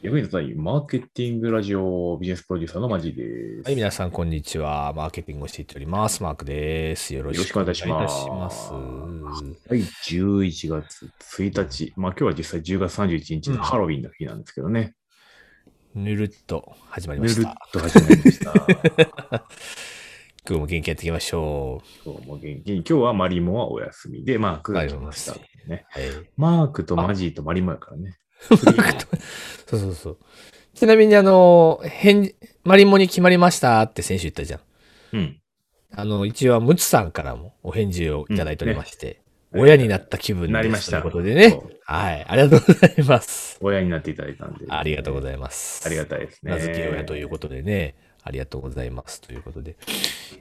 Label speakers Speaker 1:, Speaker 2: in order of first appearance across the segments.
Speaker 1: 役に立たないマーケティングラジオビジネスプロデューサーのマジです。
Speaker 2: はい、皆さん、こんにちは。マーケティングをしていっております。マークです。よろしくお願いいたします。
Speaker 1: はい、11月1日。まあ今日は実際10月31日のハロウィンの日なんですけどね。
Speaker 2: ぬるっと始まり
Speaker 1: ぬ
Speaker 2: まし。
Speaker 1: るったと始まりました。
Speaker 2: 今日も元気やっていきましょ
Speaker 1: 今日も元気に。今日はマリモはお休みで、マークが来ました、
Speaker 2: はい
Speaker 1: ね。
Speaker 2: う。はい。
Speaker 1: マークとマジーとマリモやからね。
Speaker 2: そうそうそう。ちなみに、あの、返マリモに決まりましたって先週言ったじゃん。
Speaker 1: うん。
Speaker 2: あの、一応、ムツさんからもお返事をいただいておりまして、
Speaker 1: うんね
Speaker 2: 親になった気分です
Speaker 1: なりました
Speaker 2: ということでね
Speaker 1: そう。
Speaker 2: はい。ありがとうございます。
Speaker 1: 親になっていただいたんで。
Speaker 2: ありがとうご
Speaker 1: い
Speaker 2: ざいます。
Speaker 1: ありがたいですね。
Speaker 2: 名付け親ということでね、ありがとうございますということで、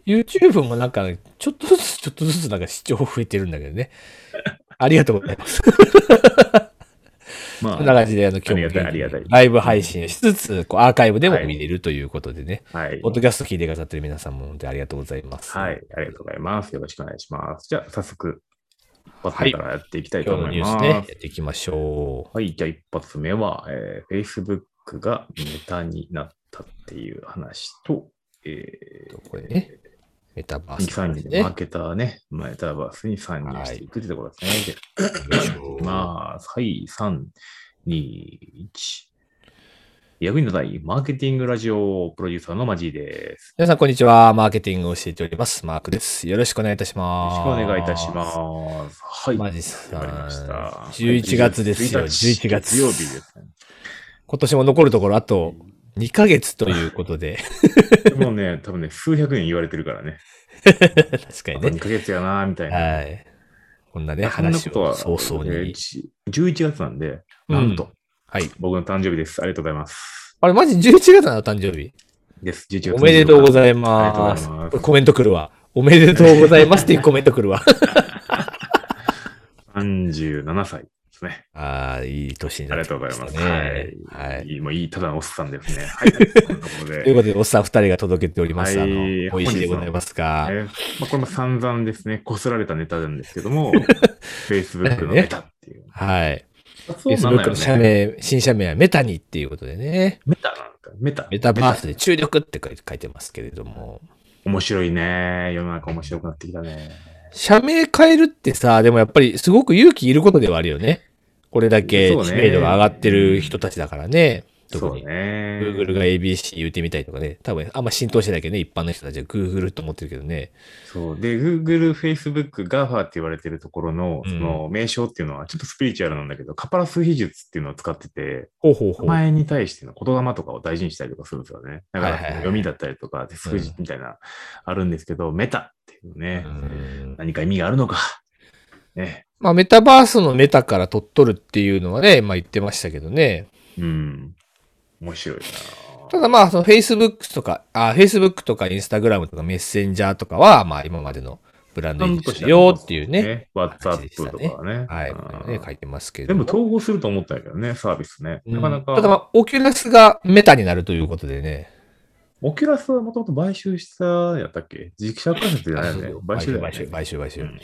Speaker 2: YouTube もなんか、ちょっとずつちょっとずつなんか視聴増えてるんだけ どね。ありがとうございます。
Speaker 1: ま
Speaker 2: こんな
Speaker 1: あ、
Speaker 2: 感じで、あの、今日も元気に
Speaker 1: ありがたいありがたい
Speaker 2: ライブ配信をしつつ、こうアーカイブでも見れるということでね、
Speaker 1: はい
Speaker 2: ポ。ッドキャスト聞いてくださってる皆さんも本当にありがとうございます。
Speaker 1: はい。ありがとうございます。よろしくお願いします。じゃあ、早速、一発目からやっていきたいと
Speaker 2: 今日
Speaker 1: 思
Speaker 2: の
Speaker 1: い
Speaker 2: ニュ
Speaker 1: ます。
Speaker 2: ースね、やっていきましょ
Speaker 1: はい、じゃあ一発目は、えー Facebook がメタになったっていう話と、え
Speaker 2: う。とこれね、メタバ
Speaker 1: ー、
Speaker 2: ー
Speaker 1: 人
Speaker 2: ス
Speaker 1: 気
Speaker 2: の
Speaker 1: 参入
Speaker 2: 話ね
Speaker 1: でマーケターね、メタバースに参入していくってところですね。
Speaker 2: よいしょ
Speaker 1: でまあ、はい、3、2、1。役に立たないマーケティングラジオプロデューサーのマジーです。
Speaker 2: 皆さん、こんにちは。マーケティングを教えております。マークです。よろしくお願いいたし
Speaker 1: よろ
Speaker 2: ま
Speaker 1: し
Speaker 2: す。
Speaker 1: くお願いいたします。はい。
Speaker 2: マジさん
Speaker 1: わかりました
Speaker 2: 11月ですよ
Speaker 1: 1
Speaker 2: 11月
Speaker 1: 月曜日ですね。
Speaker 2: 今年も残るところあと2ヶ月ということで、
Speaker 1: もうね、多分ね、数百年言われてるからね。あと
Speaker 2: 確かにね
Speaker 1: 2。ヶ月やなーみたいな。
Speaker 2: はい。こんなね、
Speaker 1: そんな
Speaker 2: 話
Speaker 1: こと
Speaker 2: を
Speaker 1: は、
Speaker 2: 早々
Speaker 1: えー。
Speaker 2: に
Speaker 1: ち11月なんで、
Speaker 2: うん
Speaker 1: なんと、
Speaker 2: はい。
Speaker 1: 僕の誕生日です。ありがとうございます。
Speaker 2: あれ、マジ11月なの誕生日。
Speaker 1: です、11月
Speaker 2: おめでとうご
Speaker 1: い
Speaker 2: ざい
Speaker 1: あ
Speaker 2: ま
Speaker 1: りが
Speaker 2: す
Speaker 1: とうございます。
Speaker 2: これコメント来るわ。おめでとうございますっていう コメント来るわ。
Speaker 1: ます。37歳ですね。
Speaker 2: ああ、いい年に
Speaker 1: あ
Speaker 2: な
Speaker 1: り
Speaker 2: っ
Speaker 1: が
Speaker 2: て
Speaker 1: とうご
Speaker 2: き
Speaker 1: ざいま
Speaker 2: まし
Speaker 1: す。
Speaker 2: たね。
Speaker 1: は。
Speaker 2: はいい。
Speaker 1: いい、もういい、ただのおっさんですね。 はい。ということ
Speaker 2: という
Speaker 1: で。
Speaker 2: ことで、おっさん二人が届けております。あ
Speaker 1: はい
Speaker 2: の、美味しいでございます
Speaker 1: え
Speaker 2: か。
Speaker 1: ーまあ、これも散々ですね、こすられたネタなんですけど も、Facebook のネタっていう。
Speaker 2: はい。
Speaker 1: そうなの
Speaker 2: Facebook
Speaker 1: よ
Speaker 2: の社
Speaker 1: ね。
Speaker 2: 名、新社名はメタにっていうことでね。
Speaker 1: メタなんか、メタ。
Speaker 2: メタバースで注力って書いて書いてますけれども。
Speaker 1: 面白いね。世の中面白くなってきたね。
Speaker 2: 社名変えるってさ、でもやっぱりすごく勇気いることではあるよね。これだけ
Speaker 1: そうね
Speaker 2: 知名度が上がってる人たちだからね。特
Speaker 1: そう
Speaker 2: に。
Speaker 1: ね。
Speaker 2: Google が ABC 言うてみたいとかね。多分あんま浸透してないけどね。一般の人たちは Google と思ってるけどね。
Speaker 1: そう。で、Google、Facebook、GAFA って言われてるところの、
Speaker 2: うん
Speaker 1: その名称っていうのは、ちょっとスピリチュアルなんだけど、カパラ数秘術っていうのを使ってて、
Speaker 2: ほうほうほ
Speaker 1: 名
Speaker 2: う。はい
Speaker 1: 前に対しての言霊とかを大事にしたりとかするんですよね。だか
Speaker 2: はいはいは
Speaker 1: ら、
Speaker 2: い
Speaker 1: 読みだったりとか、手数字みたいな、あるんですけど、メタっていうね、何か意味があるのか。ね。
Speaker 2: まあメタバースのメタから取っとるっていうのはね、まあ言ってましたけどね。
Speaker 1: うん。面白い
Speaker 2: ただまあその Facebook とか、あ、Facebook とか Instagram とかメッセンジャーとかは、まあ今までのブラン
Speaker 1: な。
Speaker 2: ド維持したよっていうね。
Speaker 1: ね。WhatsApp とかはね。
Speaker 2: はい。
Speaker 1: うん
Speaker 2: こういうのね、書いてますけれど
Speaker 1: 全部
Speaker 2: も。
Speaker 1: 統合すると思ったんだけどね、サービスね。なかなか。
Speaker 2: ただまあ、オキュラスがメタになるということでね。
Speaker 1: オキュラスはもともと買収したやったっけ自社開発じゃないよね
Speaker 2: そう。
Speaker 1: 買収だよね
Speaker 2: 買収、買収、買収。
Speaker 1: うん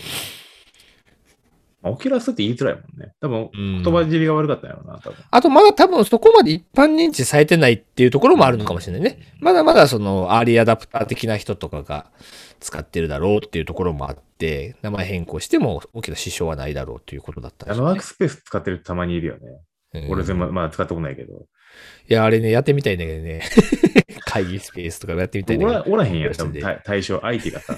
Speaker 1: まあオキュラスって言いづらいもんね。多分、
Speaker 2: うん
Speaker 1: 言葉尻が悪かったんやろうな、多分。
Speaker 2: あと、まだ多分そこまで一般認知されてないっていうところもあるのかもしれないね。まだまだその、アーリーアダプター的な人とかが使ってるだろうっていうところもあって、名前変更しても大きな支障はないだろうということだったん
Speaker 1: あ
Speaker 2: でし
Speaker 1: の、
Speaker 2: ょう
Speaker 1: ワー
Speaker 2: ね
Speaker 1: クスペース使ってる人たまにいるよね。
Speaker 2: うん
Speaker 1: 俺全部、まあ使ったことないけど。
Speaker 2: いや、あれね、やってみたいんだけどね。 会議スペースとかやってみたいん
Speaker 1: お
Speaker 2: だけ
Speaker 1: ら
Speaker 2: ど。
Speaker 1: おらへんやん、多分、対対象、相手が さ。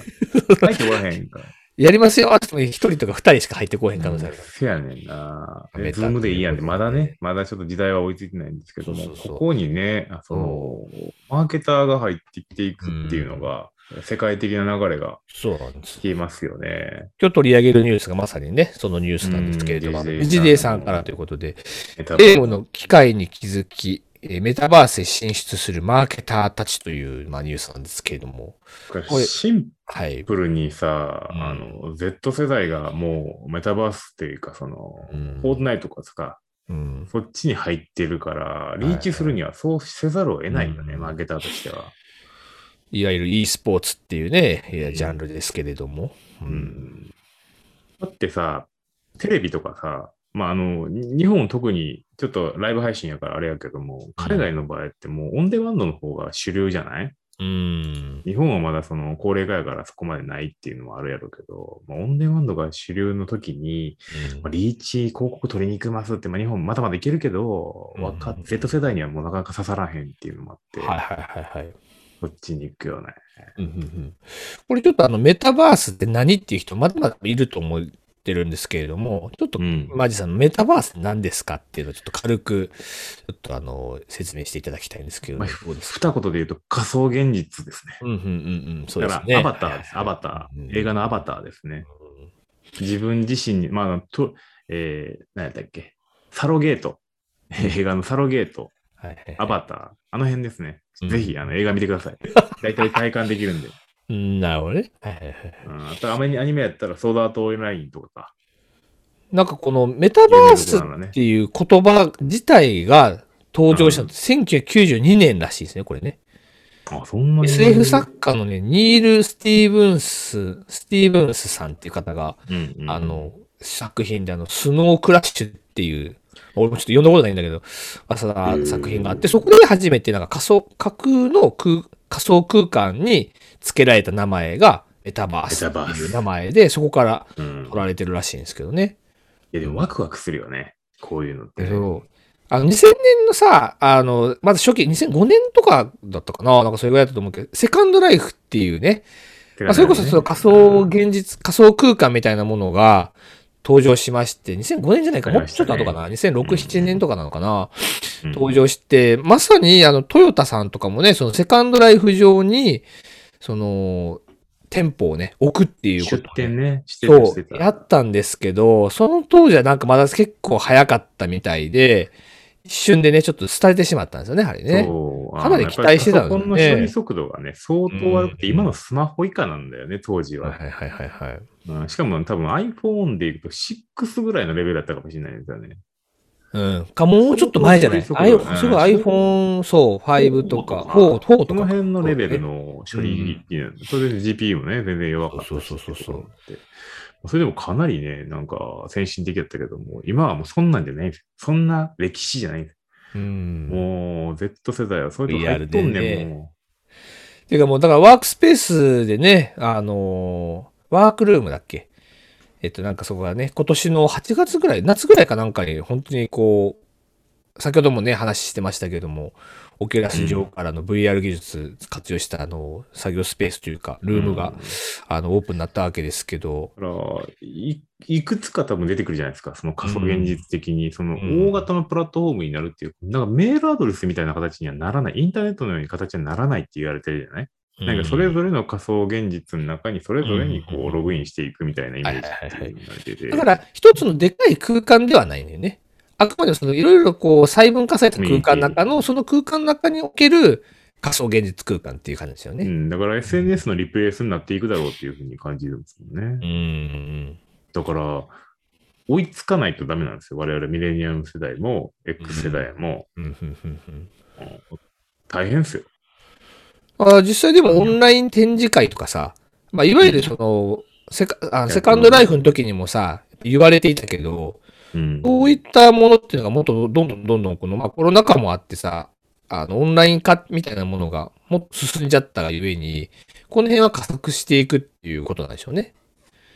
Speaker 1: 相手おらへんから。
Speaker 2: やりますよって言っても一人とか二人しか入ってこうへん可能性ある。
Speaker 1: せやねんな。
Speaker 2: メタ
Speaker 1: ズームでいいやんっ
Speaker 2: と
Speaker 1: て、
Speaker 2: いう
Speaker 1: ま
Speaker 2: ことで
Speaker 1: だね、まだちょっと時代は追いついてないんですけども、
Speaker 2: そうそうそう
Speaker 1: ここにね、あその、マーケターが入ってきていくっていうのが、世界的な流れが
Speaker 2: そうなんです。
Speaker 1: 消えますよね。
Speaker 2: 今日取り上げるニュースがまさにね、そのニュースなんですけれども、
Speaker 1: うん
Speaker 2: ビジデイさんからということで、
Speaker 1: メタバ
Speaker 2: ゲームの機会に気づき、えーメタバースへ進出するマーケターたちという、まあ、ニュースなんですけれども、これ
Speaker 1: シン
Speaker 2: はい。
Speaker 1: プルにさ、
Speaker 2: うん
Speaker 1: あの、Z 世代がもうメタバースっていうか、その、
Speaker 2: うん
Speaker 1: フォートナイトとかさ、
Speaker 2: うん、
Speaker 1: そっちに入ってるから、リーチするにはそうせざるを得ないよね、
Speaker 2: うん
Speaker 1: マーケターとしては。
Speaker 2: いわゆる e スポーツっていうね、いやジャンルですけれども、う
Speaker 1: うんんだってさ、テレビとかさ、まあ、あの、に日本特にちょっとライブ配信やからあれやけども、海外の場合ってもうオンデマンドの方が主流じゃない
Speaker 2: うん。
Speaker 1: 日本はまだその高齢化やからそこまでないっていうのもあるやろうけど、まあ、オンデマンドが主流の時に、まあリーチ広告取りに行きますって、まあ、日本まだまだいけるけど、
Speaker 2: うん
Speaker 1: 若 Z 世代にはもうなかなか刺さらへんっていうのもあって、
Speaker 2: はいはいはいはい。
Speaker 1: こっちに行くよね。
Speaker 2: うんうんうんこれちょっとあのメタバースって何っていう人まだまだいると思ってるんですけれども、ちょっと
Speaker 1: うん
Speaker 2: マジさんメタバースって何ですかっていうのをちょっと軽く、ちょっとあの、説明していただきたいんですけれど
Speaker 1: ま
Speaker 2: も、
Speaker 1: あ、
Speaker 2: どうですか
Speaker 1: 二言で言うと仮想現実ですね。
Speaker 2: うんうんうんうん、そう
Speaker 1: だ
Speaker 2: です
Speaker 1: か
Speaker 2: ね。
Speaker 1: ら、アバターです。アバタ
Speaker 2: うん
Speaker 1: ー。映画のアバターですね。自分自身に、まあ、と、えー、何やったっけ。サロゲート。映画のサロゲート、
Speaker 2: はいはいはい
Speaker 1: アバター、あの辺ですね。
Speaker 2: うん
Speaker 1: ぜひ、あの、映画見てください。大体体感できる んで。
Speaker 2: うんなるほどね。はいはいはい
Speaker 1: うん、あとアメアニメやったら、ソードアートオンラインとか
Speaker 2: なんかこのメタバースっていう言葉自体が登場したのって1992年らしいですね、これね。
Speaker 1: さ。あ、そんなに。
Speaker 2: SF 作家のね、ニール・スティーブンス、スティーブンスさんっていう方が、
Speaker 1: うんうん
Speaker 2: あ、の、作品であの、スノークラッシュっていう、俺もちょっと読んだことないんだけど、朝
Speaker 1: う
Speaker 2: の
Speaker 1: ん
Speaker 2: 作品があって、そこで初めてなんか仮想、架空の空、仮想空間に付けられた名前が、メタバースって
Speaker 1: メタバー
Speaker 2: いう
Speaker 1: ス
Speaker 2: 名前で、そこから
Speaker 1: うん、い
Speaker 2: 取られてるらしいんですけどね。
Speaker 1: や、でもワクワクするよね。こういうのってね。
Speaker 2: そう。あの、2000年のさ、あの、まず初期、2005年とかだったかななんかそれぐらいだったと思うけど、セカンドライフっていうね、
Speaker 1: て
Speaker 2: ま
Speaker 1: か
Speaker 2: あ、それこそその仮想現実、仮想空間みたいなものが登場しまして、2005年じゃないか、
Speaker 1: あり
Speaker 2: もう
Speaker 1: まし
Speaker 2: ちょ
Speaker 1: た
Speaker 2: っと後かな、2006、
Speaker 1: うん
Speaker 2: 7年とかなのかな、
Speaker 1: うん
Speaker 2: 登場して、まさにあのトヨタさんとかもね、そのセカンドライフ上に、その、店舗をね、置くっていうことを
Speaker 1: 出
Speaker 2: ね、
Speaker 1: 店ね、してた、し
Speaker 2: そ
Speaker 1: てた
Speaker 2: う、やったんですけど、その当時はなんかまだ結構早かったみたいで、一瞬でね、ちょっと廃れてしまったんですよね、やはりね。
Speaker 1: そう
Speaker 2: かなり期待してたのね
Speaker 1: あのやっぱりパソコンの処理速度がね、相当悪くて、
Speaker 2: うん
Speaker 1: 今のスマホ以下なんだよね、当時
Speaker 2: はい
Speaker 1: は。
Speaker 2: はいはいはいはい。
Speaker 1: うん、しかも多分 iPhone でいくと6ぐらいのレベルだったかもしれないですよね。
Speaker 2: うん。か、もうちょっと前じゃない
Speaker 1: そ
Speaker 2: そうう
Speaker 1: そうそう
Speaker 2: すごい iPhone、そう、5とか、4、4と
Speaker 1: こ
Speaker 2: か。
Speaker 1: の辺のレベルの処理っていうの、それで GPU もね、全然弱かったし
Speaker 2: そうそうそうそう
Speaker 1: ってことになってそれでもかなりね、なんか先進的だったけども、今はもうそんなんじゃないんですよ。そんな歴史じゃないんです
Speaker 2: うん。
Speaker 1: もう Z 世代はそういうの入っとんねん、
Speaker 2: リアルでね
Speaker 1: も
Speaker 2: ていうかもう、だからワークスペースでね、あのーワークルームだっけえっと、なんかそこがね、今年の8月ぐらい、夏ぐらいかなんかに、本当にこう、先ほどもね、話してましたけども、オケラス上からの VR 技術活用した、あの、作業スペースというか、
Speaker 1: う。
Speaker 2: ルームが、
Speaker 1: うん
Speaker 2: あの、オープンになったわけですけど、
Speaker 1: だからい、いくつか多分出てくるじゃないですか、その仮想現実的に、その
Speaker 2: うん
Speaker 1: 大型のプラットフォームになるっていう、なんかメールアドレスみたいな形にはならない、インターネットのように形にはならないって言われてるじゃない、なんかそれぞれの仮想現実の中に、それぞれにこ
Speaker 2: う
Speaker 1: うんログインしていくみたいなイメージって
Speaker 2: はいはいはい
Speaker 1: いうのが出てて、
Speaker 2: だから、一つのでかい空間ではないのよね。あくまでもその、いろいろこう、細分化された空間の中の、その空間の中における仮想現実空間っていう感じですよ
Speaker 1: う
Speaker 2: ね。
Speaker 1: ん、だから SNS のリプレイスになっていくだろうっていうふうに感じるんですもん
Speaker 2: う
Speaker 1: ね。
Speaker 2: ん。
Speaker 1: だから、追いつかないとダメなんですよ、我々ミレニアム世代も、X 世代も、
Speaker 2: うんうんうんうん
Speaker 1: 大変ですよ。
Speaker 2: あ実際でもオンライン展示会とかさ、まあ、いわゆるその、セカあセカンドライフの時にもさ、言われていたけど、
Speaker 1: うん、
Speaker 2: そういったものっていうのがもっとどんどんどんどんこの、まあ、コロナ禍もあってさ、あの、オンライン化みたいなものがもっと進んじゃったがゆえに、この辺は加速していくっていうことなんでしょうね。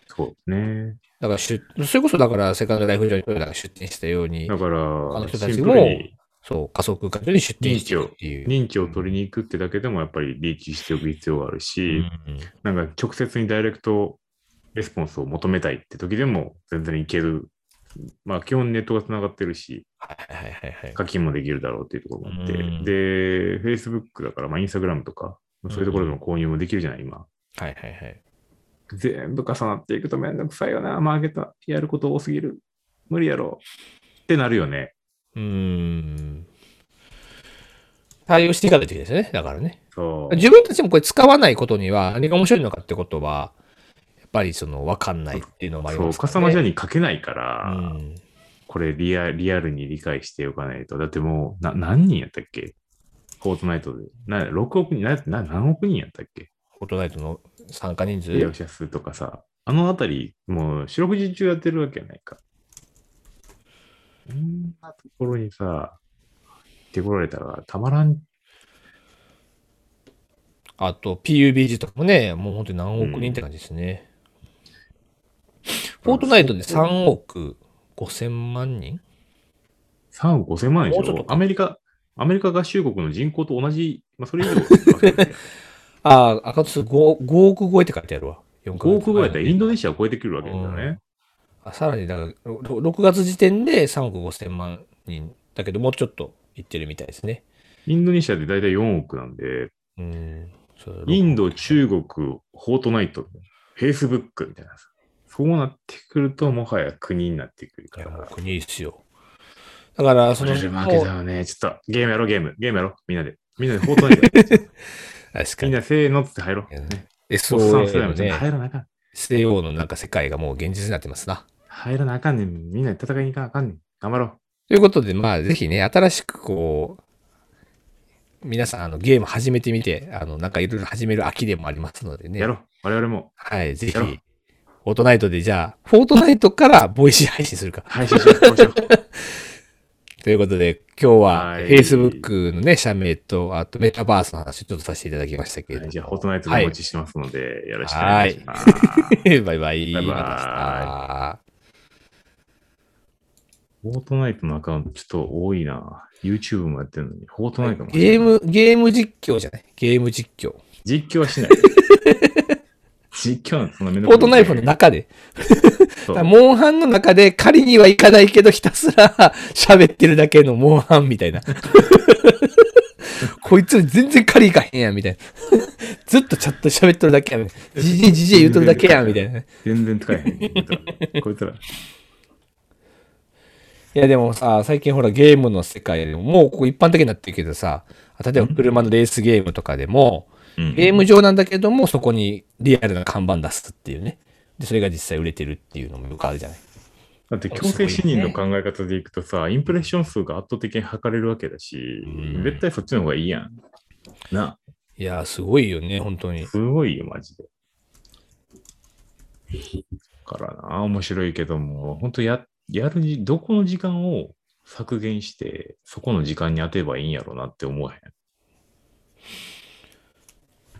Speaker 1: そうですね。
Speaker 2: だから出、それこそだから、セカンドライフ上にトヨタが出店したように
Speaker 1: だ、から、
Speaker 2: の人た
Speaker 1: シ
Speaker 2: ち
Speaker 1: ン
Speaker 2: も
Speaker 1: プルに
Speaker 2: そう、仮想空間上に出店していくっていう。
Speaker 1: 認知を取りに行くってだけでもやっぱりリーチしておく必要がある
Speaker 2: う
Speaker 1: し、
Speaker 2: ん
Speaker 1: なんか直接にダイレクトレスポンスを求めたいって時でも全然いける。まあ基本ネットがつながってるし、
Speaker 2: はいはいはいはい。
Speaker 1: 課金もできるだろうっていうところもあって、
Speaker 2: うん
Speaker 1: で、Facebook だから、まあ Instagram とか、そういうところでも購入もできるじゃない、今。
Speaker 2: はいはいはい。
Speaker 1: 全部重なっていくとめんどくさいよな、マーケットやること多すぎる。無理やろ。ってなるよね。
Speaker 2: うーん。対応していかないといけないですよね。だからね。
Speaker 1: そう。
Speaker 2: 自分たちもこれ使わないことには、何が面白いのかってことは、やっぱりその、わかんないっていうのもあり
Speaker 1: そ
Speaker 2: ま
Speaker 1: う、
Speaker 2: すか
Speaker 1: カス
Speaker 2: ら
Speaker 1: タ
Speaker 2: ね。
Speaker 1: マージャーに書けないから、
Speaker 2: うん。
Speaker 1: これリアリアルに理解しておかないと。だってもう、な何人やったっけフォートナイトで。な6億人なな、何億人やったっけ
Speaker 2: フォートナイトの参加人数
Speaker 1: 利用者数とかさ、あのあたり、もう四六時中やってるわけやないか。そんなところにさ、行ってこられたらたまらん。
Speaker 2: あと PUBG とかもね、もう本当に何億人って感じですね。フォートナイトで3億5千万人
Speaker 1: 3億5000万円でし
Speaker 2: もうちょ
Speaker 1: ょ
Speaker 2: っと
Speaker 1: アメリカ、アメリカ合衆国の人口と同じ、まあ、それ以 上ですよね。
Speaker 2: ああ、赤数 5, 5億超えって書いてあるわ。4
Speaker 1: 5億超えたらインド
Speaker 2: ネ
Speaker 1: ネシアを超えてくるわけですよね。
Speaker 2: あさらに、だから、ろ6月時点で3億5千万人。だけど、もうちょっといってるみたいですね。
Speaker 1: インドネシアで大体4億なんで、
Speaker 2: うん。そう
Speaker 1: インド、中国、フォートナイト、フェイスブックみたいなさ。そうなってくると、もはや国になってくる
Speaker 2: い
Speaker 1: か
Speaker 2: や、もう
Speaker 1: ら。
Speaker 2: 国いいっすよ。だから、そ
Speaker 1: そ
Speaker 2: の、
Speaker 1: れ
Speaker 2: も
Speaker 1: で
Speaker 2: う
Speaker 1: 負けたよね。ちょっと、ゲームやろう、ゲーム。ゲームやろう。みんなで。みんなでフォートナイト やろう。
Speaker 2: 確か
Speaker 1: みん
Speaker 2: に。
Speaker 1: なせーのっつって入 ろう。おっさん世
Speaker 2: SOA
Speaker 1: 代
Speaker 2: の
Speaker 1: もちょっと
Speaker 2: ね、
Speaker 1: 入らなあかん。
Speaker 2: SAO のなんか世界がもう現実になってますな。
Speaker 1: 入らなあかんねん。みんなで戦いに行かなあかんねん。頑張ろう。
Speaker 2: ということで、まあ、ぜひね、新しくこう、皆さん、あの、ゲーム始めてみて、あの、なんかいろいろ始める秋でもありますのでね。
Speaker 1: やろう。我々も
Speaker 2: はい、ぜひ、
Speaker 1: やろう
Speaker 2: フォートナイトで、じゃあ、フォートナイトからボイシー配信するか。
Speaker 1: 配信しよう。こうし よう
Speaker 2: ということで、今日は、
Speaker 1: はい
Speaker 2: Facebook のね、社名と、あと、メタバースの話をちょっとさせていただきましたけれど
Speaker 1: は
Speaker 2: も。
Speaker 1: いじゃあ、フォートナイトでお待ちしてますので、よろしくお願いします。
Speaker 2: バイバイ。
Speaker 1: バイバイ
Speaker 2: また明日
Speaker 1: フォートナイトのアカウントちょっと多いな。YouTube もやってるのに、フォートナイトも。
Speaker 2: ゲーム、ゲーム実況じゃないゲーム実況。
Speaker 1: 実況は しない。実況なんてそんなめん
Speaker 2: フ
Speaker 1: ど
Speaker 2: ォ
Speaker 1: く
Speaker 2: ートナイフの中で、
Speaker 1: そう
Speaker 2: モンハンの中で狩りにはいかないけど、ひたすら 喋ってるだけのモンハンみたいな。 こいつ全然狩り行かへんやん、みたいな。 ずっとチャット喋っとるだけやん。じじいじじい言うとるだけやん、みたいな。い
Speaker 1: 全然使えへん。こいつらこいつら。
Speaker 2: や、でもさ、最近ほらゲームの世界でも、もうここ一般的になってるけどさ、例えば車のレースゲームとかでも、
Speaker 1: うん
Speaker 2: ゲーム上なんだけども、そこにリアルな看板出すっていうね。で、それが実際売れてるっていうのもよくあるじゃない。
Speaker 1: だって強制死人の考え方でいくとさ、インプレッション数が圧倒的に測れるわけだし、
Speaker 2: うん
Speaker 1: 絶対そっちの方がいいやん。ない
Speaker 2: やー、すごいよね、本当に
Speaker 1: あ、。すごいよ、マジで。だからな、面白いけども、本当や、やるじ、どこの時間を削減して、そこの時間に当てばいいんやろなって思わへん。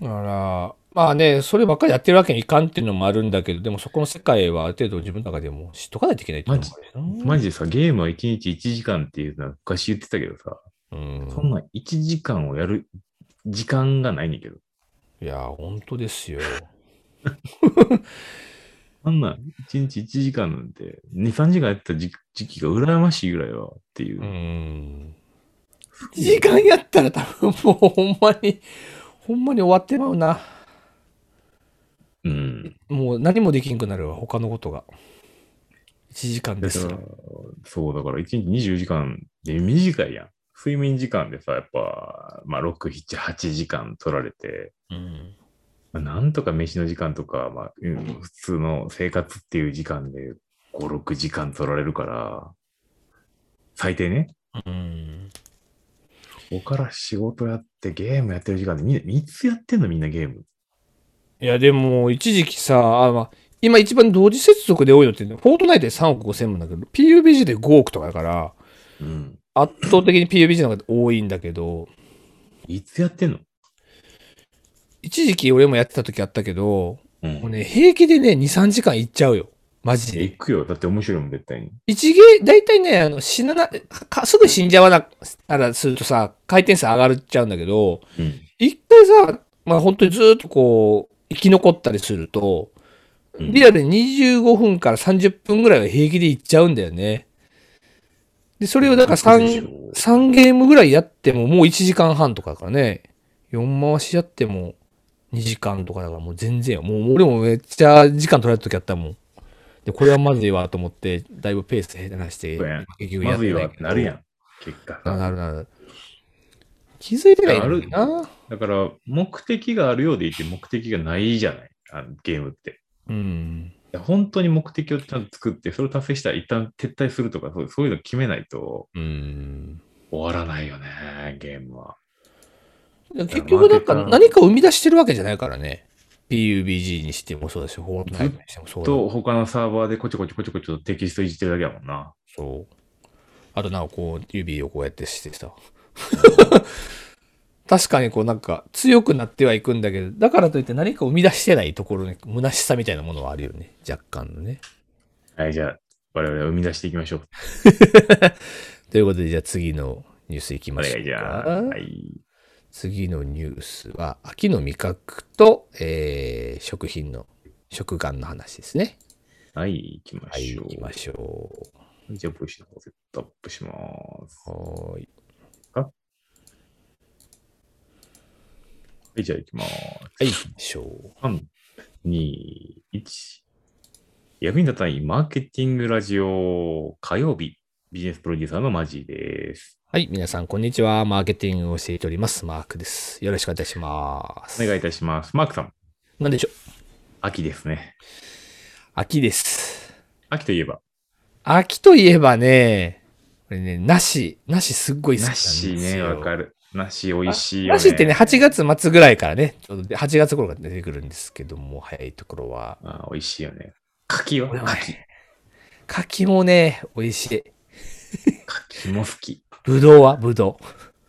Speaker 2: だから、まあね、そればっかりやってるわけにいかんっていうのもあるんだけど、でもそこの世界はある程度自分の中でも知っとかないといけないっていうのもあるよな
Speaker 1: マジでさ、ゲームは1日1時間っていうのは昔言ってたけどさ、
Speaker 2: うん
Speaker 1: そんな1時間をやる時間がないねんだけど。
Speaker 2: いやー、本当ですよ。
Speaker 1: あんな1日1時間なんて、2、3時間やってた時時期が羨ましいぐらいはっていうう。
Speaker 2: ん。1時間やったら多分もうほんまに、ほんまに終わってまうな。
Speaker 1: うん。
Speaker 2: もう何もできんくなるわ、他のことが。1時間で
Speaker 1: だか
Speaker 2: す
Speaker 1: ら。、そう、だから1日24時間で短いやん。睡眠時間でさ、やっぱ、まあ、6、7、8時間取られて、
Speaker 2: うん。
Speaker 1: まあ、なんとか飯の時間とか、まあ、うん普通の生活っていう時間で5、6時間取られるから、最低ね。
Speaker 2: うん。
Speaker 1: ここから仕事やってゲームやってる時間で、みんないつやってんのみんなゲーム。
Speaker 2: いや、でも、一時期さ、あまあ、今一番同時接続で多いのって、フォートナイトで3億5千万だけど、PUBG で5億とかだから、
Speaker 1: うん。
Speaker 2: 圧倒的に PUBG の方が多いんだけど、
Speaker 1: いつやってんの
Speaker 2: 一時期俺もやってた時あったけど、
Speaker 1: う。
Speaker 2: もうんね、平気でね、2、3時間いっちゃうよ。マジで。
Speaker 1: 行くよ。だって面白いもん、絶対に。
Speaker 2: 一ゲー、だいたいね、あの、死なな、かすぐ死んじゃわな、あらするとさ、回転数上がるっちゃうんだけど、
Speaker 1: うん。
Speaker 2: 一回さ、まあ本当にずーっとこう、生き残ったりすると、
Speaker 1: うん
Speaker 2: リアルに25分から30分ぐらいは平気でいっちゃうんだよね。で、それをだから
Speaker 1: そうでし
Speaker 2: 3、
Speaker 1: ょ
Speaker 2: 三ゲームぐらいやってももう1時間半とかだからね。4回しやっても2時間とかだからもう全然よ。もう俺もめっちゃ時間取られた時あったもん。で、これはまずいわと思って、だいぶペース減らして
Speaker 1: そうやん、
Speaker 2: 結局や
Speaker 1: ま
Speaker 2: って
Speaker 1: ずい
Speaker 2: な
Speaker 1: わ
Speaker 2: い
Speaker 1: っ
Speaker 2: け
Speaker 1: て
Speaker 2: ど
Speaker 1: なるやん。結果
Speaker 2: な
Speaker 1: さ。
Speaker 2: るなる。気づいてないんだよ
Speaker 1: いや
Speaker 2: な。
Speaker 1: だから、目的があるようでいて、目的がないじゃない。あのゲームって。
Speaker 2: うん。
Speaker 1: いや本当に目的をちゃんと作って、それを達成したら一旦撤退するとか、そうそういうの決めないと
Speaker 2: うん。
Speaker 1: 終わらないよね、ゲームは。
Speaker 2: 結局なんか
Speaker 1: マーケター
Speaker 2: 何かを生み出してるわけじゃないからね。PUBG にしてもそうだし、フォートナイトにしてもそうだし。
Speaker 1: と、他のサーバーでこちょこちょこちょこちょとテキストいじってるだけやもんな。
Speaker 2: そう。あとなんかこう、指をこうやってしてさ。確かにこうなんか強くなってはいくんだけど、だからといって何か生み出してないところに虚しさみたいなものはあるよね。若干のね。
Speaker 1: はい、じゃあ、我々は生み出していきましょう。
Speaker 2: ということで、じゃあ次のニュースいき
Speaker 1: お
Speaker 2: ましょうか。
Speaker 1: 願いじゃあ。はい。
Speaker 2: 次のニュースは、秋の味覚と、えー食品の、食玩の話ですね。
Speaker 1: はい、行きま
Speaker 2: はい、
Speaker 1: しょ
Speaker 2: 行
Speaker 1: う。
Speaker 2: きましょ
Speaker 1: じゃあ、ボイシーの方、セットアップします。
Speaker 2: う。
Speaker 1: は
Speaker 2: はーい。
Speaker 1: い、じゃあ行きます。
Speaker 2: はい、行きましょう。
Speaker 1: 3、2、1。闇の単位マーケティングラジオ火曜日、ビジネスプロデューサーのマジーです。
Speaker 2: はい、皆さん、こんにちは。マーケティングをしていております。マークです。よろしくお願いいたします。
Speaker 1: お願いいたします。マークさん、
Speaker 2: なんでしょう。
Speaker 1: 秋ですね。
Speaker 2: 秋です。
Speaker 1: 秋といえば、
Speaker 2: 秋といえばね、これね、梨、梨すっごい好きなんです
Speaker 1: 梨
Speaker 2: よ。
Speaker 1: ね、わかる。梨美味しいよね。
Speaker 2: 梨ってね、8月末ぐらいからね、ちょうどで8月頃が出てくるんですけども、早いところは。
Speaker 1: あ美味しいよね。柿は
Speaker 2: 俺は
Speaker 1: 柿。
Speaker 2: 柿もね、美味しい。
Speaker 1: 柿も好き。
Speaker 2: ぶどうはぶど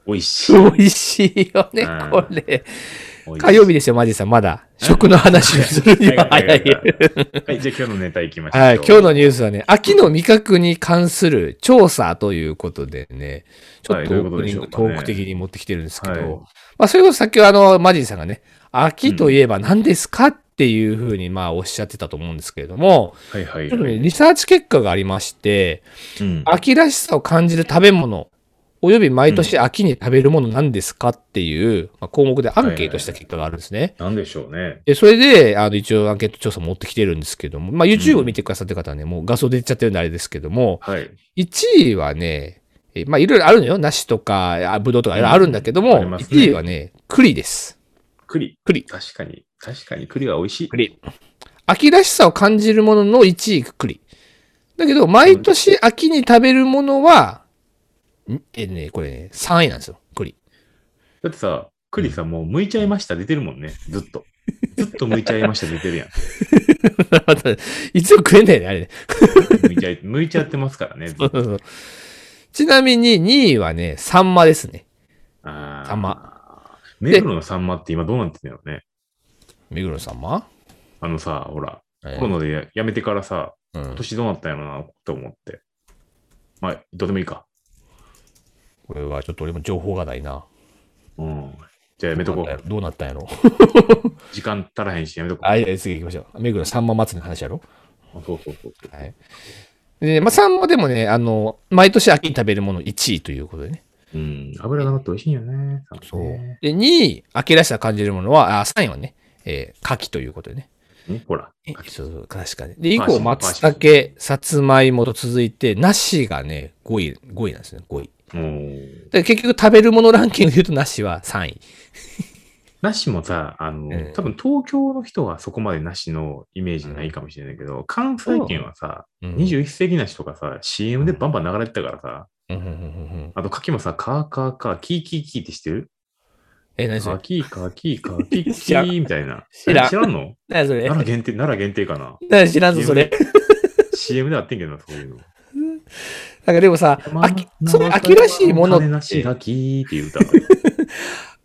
Speaker 1: 美味しい。
Speaker 2: う。美味しいよね
Speaker 1: うん、
Speaker 2: こ
Speaker 1: 美味し
Speaker 2: れ。
Speaker 1: い
Speaker 2: 火曜日ですよ、マジさん。まだ。食の話をするには早い。
Speaker 1: はい、じゃあ今日のネタいきましょう。
Speaker 2: はい、今日のニュースはね、秋の味覚に関する調査ということでね、ちょ
Speaker 1: は
Speaker 2: っ
Speaker 1: い
Speaker 2: と
Speaker 1: どういう
Speaker 2: オー
Speaker 1: ことで
Speaker 2: プニ
Speaker 1: し
Speaker 2: ン
Speaker 1: ょう
Speaker 2: グ
Speaker 1: か
Speaker 2: ト
Speaker 1: ね
Speaker 2: ーク的に持ってきてるんですけど、
Speaker 1: はい
Speaker 2: まあ、それこそ先ほどあの、マジンさんがね、秋といえば何ですかっていうふうにまあおっしゃってたと思うんですけれども、
Speaker 1: はいはい
Speaker 2: ちょっと
Speaker 1: は
Speaker 2: ね、
Speaker 1: い。
Speaker 2: リサーチ結果がありまして、
Speaker 1: うん
Speaker 2: 秋らしさを感じる食べ物、および毎年秋に食べるものなんですかっていう、まあ、項目でアンケートした結果があるんですね。
Speaker 1: なんでしょうね。
Speaker 2: で、それで、あの、一応アンケート調査持ってきてるんですけども、まあ、YouTube を見てくださってる方はね、もう画像で言っちゃってるんであれですけども、
Speaker 1: はい。
Speaker 2: 1位はね、えまあ、いろいろあるのよ。梨とか、あぶどうとかいろいろあるんだけど
Speaker 1: うんあ
Speaker 2: も、
Speaker 1: りますね
Speaker 2: 1位はね、栗です。
Speaker 1: 栗。
Speaker 2: 栗。
Speaker 1: 確かに、確かに栗は美味しい。
Speaker 2: 栗。秋らしさを感じるものの1位が栗。だけど、毎年秋に食べるものは、んえね、これね、3位なんですよ。栗。
Speaker 1: だってさ、栗さ、もう剥いちゃいました出てるもんね。ずっと。ずっと剥いちゃいました出てるやん。
Speaker 2: いつも食えないね、あれね。
Speaker 1: 剥いちゃい、 剥いちゃってますからね。ずっと
Speaker 2: ちなみに2位はね、サンマですね。
Speaker 1: あー
Speaker 2: サン
Speaker 1: 目黒のサンマって今どうなってんだろうね。
Speaker 2: 目黒さんま
Speaker 1: あのさ、ほら、
Speaker 2: ええ
Speaker 1: コロナでややめてからさ、
Speaker 2: うん
Speaker 1: 今、年どうなったんやろな、と思って。まあ、どうでもいいか。
Speaker 2: これはちょっと俺も情報がないな。
Speaker 1: うん。じゃあやめとこう。
Speaker 2: どうなった んやろ。
Speaker 1: 時間足らへんし、やめとこう。
Speaker 2: あ、いや、次行きましょう。目黒さんま祭りの話やろ。
Speaker 1: あそうそうそう。
Speaker 2: はい。で、まあ、さんまでもね、あの、毎年秋に食べるもの1位ということでね。
Speaker 1: うん。油がなくて美味しいんよね。ね
Speaker 2: で、2位、秋らしさ感じるものは、あ、3位はね、えー、牡蠣ということでね。
Speaker 1: ねほら。
Speaker 2: そうそう、確かに。で、以
Speaker 1: パーシ
Speaker 2: 降、
Speaker 1: ー
Speaker 2: 松茸、さつまいもと続いて、梨がね、5位、5位なんですね、5位。
Speaker 1: うん。
Speaker 2: で、結局食べるものランキングで言うと、梨は3位。
Speaker 1: なしもさ、あの、
Speaker 2: ええ
Speaker 1: 多分東京の人はそこまでなしのイメージないかもしれないけど、関西圏はさ、
Speaker 2: うん
Speaker 1: 21世紀なしとかさ、CM でバンバン流れてたからさ、
Speaker 2: うんうんうんうん。
Speaker 1: あと牡蠣もさ、カーカーカー、キーキーキーって知ってる
Speaker 2: え、何そ
Speaker 1: カ
Speaker 2: れ
Speaker 1: ーキーカーキーカーキーキ
Speaker 2: 知らん
Speaker 1: ーみたいな。
Speaker 2: 知らん
Speaker 1: え知らんの
Speaker 2: 何それ
Speaker 1: 奈良限定、奈良限定かな。
Speaker 2: 何知らんぞ、それ。
Speaker 1: CM であってんけどな、そういうの。
Speaker 2: なんかでもさ、秋、そういう秋らしいもの
Speaker 1: 種な
Speaker 2: っ、
Speaker 1: してがきーっていう歌がある。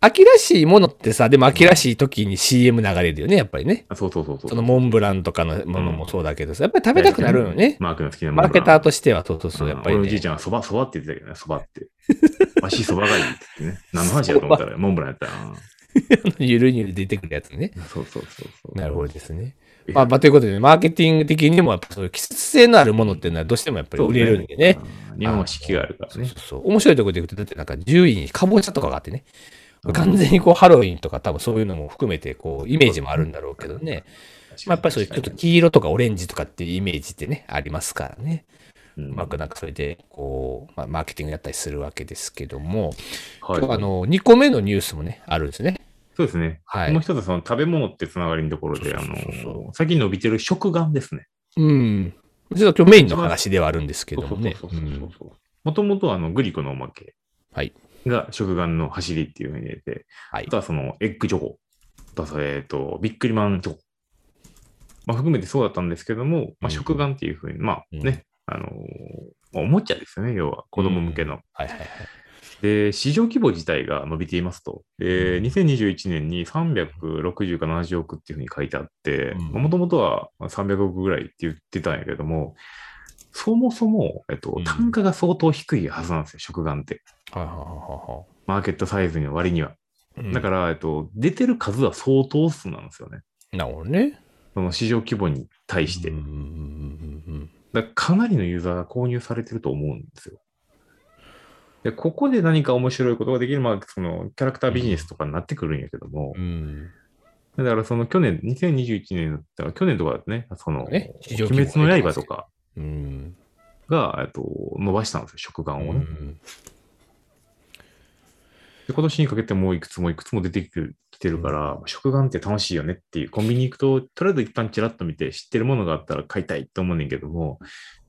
Speaker 2: 秋らしいものってさ、でも秋らしい時に CM 流れるよね、やっぱりね。
Speaker 1: あそうそうそうそう。
Speaker 2: そのモンブランとかのものもそうだけどさ、やっぱり食べたくなるよね。
Speaker 1: マークの好きな
Speaker 2: マーケター
Speaker 1: と
Speaker 2: としては、そうそうそう、やっぱり、
Speaker 1: 俺のじい
Speaker 2: ね
Speaker 1: ち。ゃんはそば、そばって言ってたけ どね、そばって。わしそばがいいって言ってね。何の話やと思ったら、モンブランやったら。
Speaker 2: ゆるゆる出てくるやつね。
Speaker 1: うんそうそうそうそう。
Speaker 2: なるほどですね。
Speaker 1: え
Speaker 2: まあ、まあ、ということでね、マーケティング的にも、やっぱそういう季節性のあるものっていうのは、どうしてもやっぱり
Speaker 1: そう
Speaker 2: 売
Speaker 1: ね
Speaker 2: れるんでね。。
Speaker 1: うん日本は四季があるから
Speaker 2: そう
Speaker 1: ね
Speaker 2: そ。うそう。面白いところでいくと、だってなんか10位にかぼちゃとかがあってね。完全にこう、ハロウィンとか多分そういうのも含めて、こう、イメージもあるんだろうけどね。まあ、やっぱりそういうちょっと黄色とかオレンジとかっていうイメージってね、ありますからね。
Speaker 1: と、
Speaker 2: う
Speaker 1: う
Speaker 2: まくなんかそれで、こう、まあ、マーケティングやったりするわけですけども、
Speaker 1: はい
Speaker 2: 今日あの、2個目のニュースもね、あるんですね。
Speaker 1: そうですね。
Speaker 2: はい
Speaker 1: もう一つ、その食べ物ってつながりのところで、あ
Speaker 2: そうそうそうそ
Speaker 1: の、最近伸びてる食玩ですね。
Speaker 2: うん。ちょっと今日メインの話ではあるんですけ
Speaker 1: そう
Speaker 2: ど
Speaker 1: そ
Speaker 2: も
Speaker 1: う
Speaker 2: ね。
Speaker 1: そう
Speaker 2: う
Speaker 1: そ
Speaker 2: ん
Speaker 1: うそう。もともとあの、グリコのおまけ
Speaker 2: はい。
Speaker 1: が食玩の走りっていうふうに出て、
Speaker 2: は
Speaker 1: あ
Speaker 2: い
Speaker 1: と。はそのエッグチョコ、あとはそれえっとビックリマンチョコ、まあ、含めてそうだったんですけども、まあ、
Speaker 2: うん
Speaker 1: 食玩っていうふうに、まあ
Speaker 2: うん
Speaker 1: ね、あのーまあおもちゃですよね、要は、子供向けの。
Speaker 2: はいはいはい。
Speaker 1: で、市場規模自体が伸びていますと。で、2021年に360か70億っていうふうに書いてあって、
Speaker 2: うん
Speaker 1: もともとはまあ300億ぐらいって言ってたんやけども、そもそも、えっと
Speaker 2: うん、
Speaker 1: 単価が相当低いはずなんですよ、食玩って。
Speaker 2: はいはいは
Speaker 1: マーケットサイズの割には。
Speaker 2: いはい。、
Speaker 1: だからら、えっと、出てる数は相当数なんですよね。
Speaker 2: なるほどね。
Speaker 1: その市場規模に対して。
Speaker 2: うんうんうんうん
Speaker 1: だからかなりのユーザーが購入されてると思うんですよ。で、ここで何か面白いことができる、まあ、そのキャラクタービジネスとかになってくるんやけども
Speaker 2: う、ん。
Speaker 1: だからその去年、2021年だったら、去年とかだとね、その、
Speaker 2: ね市場
Speaker 1: 鬼
Speaker 2: 規模
Speaker 1: 滅の刃とか
Speaker 2: うん。うん。
Speaker 1: が、えっと、伸ばしたんですよ、食
Speaker 2: う
Speaker 1: 玩をね。
Speaker 2: ん
Speaker 1: で今年にかけてもういくつもいくつも出てくるきてるから、食玩って楽しいよねっていう、コンビニ行くと、とりあえず一旦チラッと見て、知ってるものがあったら買いたいと思うねんけども、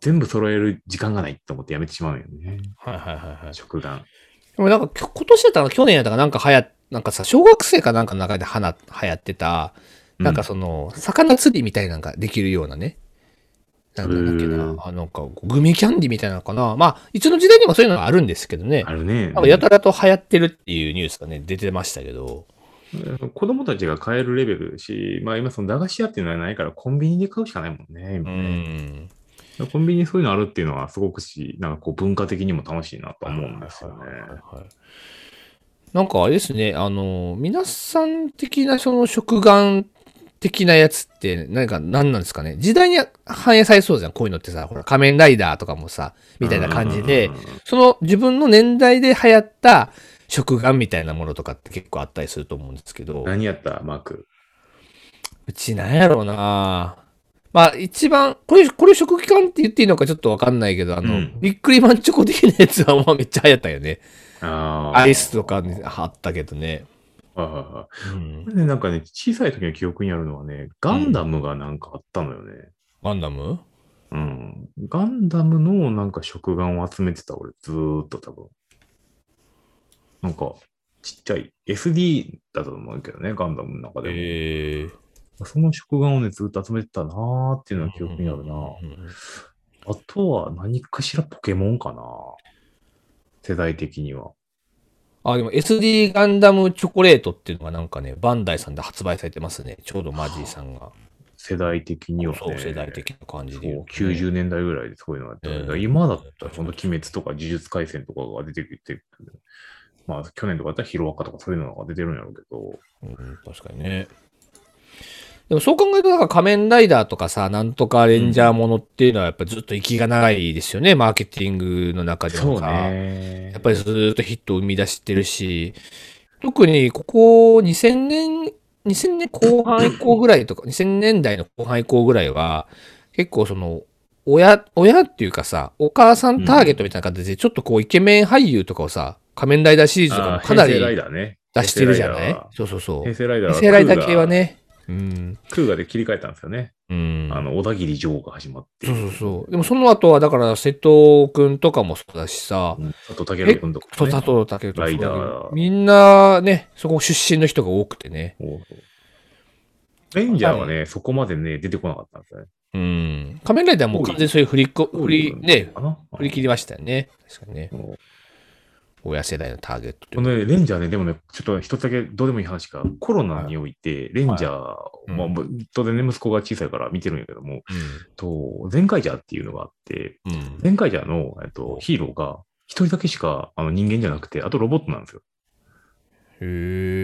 Speaker 1: 全部揃える時間がないと思ってやめてしまうんよね、
Speaker 2: はいはいはいはい。
Speaker 1: 食玩。
Speaker 2: でもなんかきょ今年だったかな去年やったかなんか流行なんかさ、小学生かなんかの中ではな流行ってた、なんかその、魚釣りみたいなんかできるようなね。なんかだっけ
Speaker 1: へ
Speaker 2: な
Speaker 1: ー。
Speaker 2: あなんか、グミキャンディみたいなのかな。まあ、いつの時代にもそういうのがあるんですけどね。
Speaker 1: あるね。
Speaker 2: なんかやたらと流行ってるっていうニュースがね、出てましたけど。
Speaker 1: うん子供たちが買えるレベルだし、まあ今その駄菓子屋っていうのはないからコンビニで買うしかないもんね。
Speaker 2: う
Speaker 1: 今ね
Speaker 2: ん。
Speaker 1: コンビニにそういうのあるっていうのはすごくし、なんかこう文化的にも楽しいなと
Speaker 2: はい
Speaker 1: 思
Speaker 2: は
Speaker 1: う
Speaker 2: い
Speaker 1: んですよね。
Speaker 2: はいはいなんかあれですね、あの、皆さん的なその食玩的なやつって何か何なんですかね時代に反映されそうじゃん、こういうのってさ、ほら仮面ライダーとかもさ、みたいな感じで
Speaker 1: うんうんうん、
Speaker 2: その自分の年代で流行った食玩みたいなものとかって結構あったりすると思うんですけど、
Speaker 1: 何やったマーク。
Speaker 2: うちなんやろうなまあ一番、これ、これ食器感って言っていいのかちょっとわかんないけど、あの、
Speaker 1: うん
Speaker 2: ビックリマンチョコ的なやつはまあめっちゃ流行ったよね。
Speaker 1: あー
Speaker 2: アイスとかにあったけどね。
Speaker 1: はいはいはいこれね、なんかね、小さい時の記憶にあるのはね、ガンダムがなんかあったのよね。
Speaker 2: ガンダム
Speaker 1: うん。ガンダムのなんか食玩を集めてた、俺、ずーっと多分。なんか、ちっちゃい SD だと思うけどね、ガンダムの中でも。
Speaker 2: ええ
Speaker 1: その食玩をね、ずっと集めてたなーっていうのは記憶にあるな。あとは何かしらポケモンかな。世代的には。
Speaker 2: あ、でも SD ガンダムチョコレートっていうのがなんかね、バンダイさんで発売されてますね。ちょうどマジーさんが。
Speaker 1: 世代的には、ね。
Speaker 2: そう、世代的な感じで言
Speaker 1: そうう
Speaker 2: とね、
Speaker 1: 90年代ぐらいでそういうのがあったんだけど、
Speaker 2: うん
Speaker 1: 今だったらその鬼滅とか呪術廻戦とかが出てきてる、まあ去年とかだったらヒロアカとかそういうのが出てるんやろうけど、
Speaker 2: うん、確かにね。でもそう考えると、なんか仮面ライダーとかさ、なんとかレンジャーものっていうのはやっぱずっと息が長いですよね、マーケティングの中でもさ。
Speaker 1: ね
Speaker 2: やっぱりずーっとヒットを生み出してるし、特にここ2000年、2000年後半以降ぐらいとか、2000年代の後半以降ぐらいは、結構その、親、親っていうかさ、お母さんターゲットみたいな形で、ちょっとこうイケメン俳優とかをさ、仮面ライダーシリーズとかも
Speaker 1: あー
Speaker 2: かなり
Speaker 1: 平成ライダーね。
Speaker 2: 出してるじゃな
Speaker 1: 平
Speaker 2: い
Speaker 1: 成ライダーは
Speaker 2: そうそうそう。
Speaker 1: 平成ライダー
Speaker 2: 平成ライダー系は。ね。うん。
Speaker 1: クーガで切り替えたんですよね。
Speaker 2: うん。
Speaker 1: あの、小田切女王が始まって。
Speaker 2: そうそうそう。でもその後は、だから瀬戸くんとかもそうだしさ、
Speaker 1: うん佐藤健君とか、
Speaker 2: そう、
Speaker 1: ね。
Speaker 2: 佐藤健と
Speaker 1: ライダー
Speaker 2: みんなね、そこ出身の人が多くてね。
Speaker 1: そうそうレンジャーはね、そこまでね、出てこなかったんですよね。
Speaker 2: うん。仮面ライダーはもう完全にそういう振りこ、振り、ね、
Speaker 1: かな
Speaker 2: 振り切りましたよね。確かにね。
Speaker 1: そう
Speaker 2: 親世代のターゲットとい
Speaker 1: こ
Speaker 2: うか
Speaker 1: のね、レンジャーね、でもね、ちょっと一つだけどうでもいい話が、コロナにおいて、レンジャー、
Speaker 2: い
Speaker 1: まあ
Speaker 2: うん
Speaker 1: もう当然ね、息子が小さいから見てるんやけども、と、ゼンカイジャーっていうのがあって、
Speaker 2: うん。
Speaker 1: ゼンカイジャーの、えっと、ヒーローが、一人だけしかあの人間じゃなくて、あとロボットなんですよ。
Speaker 2: うん。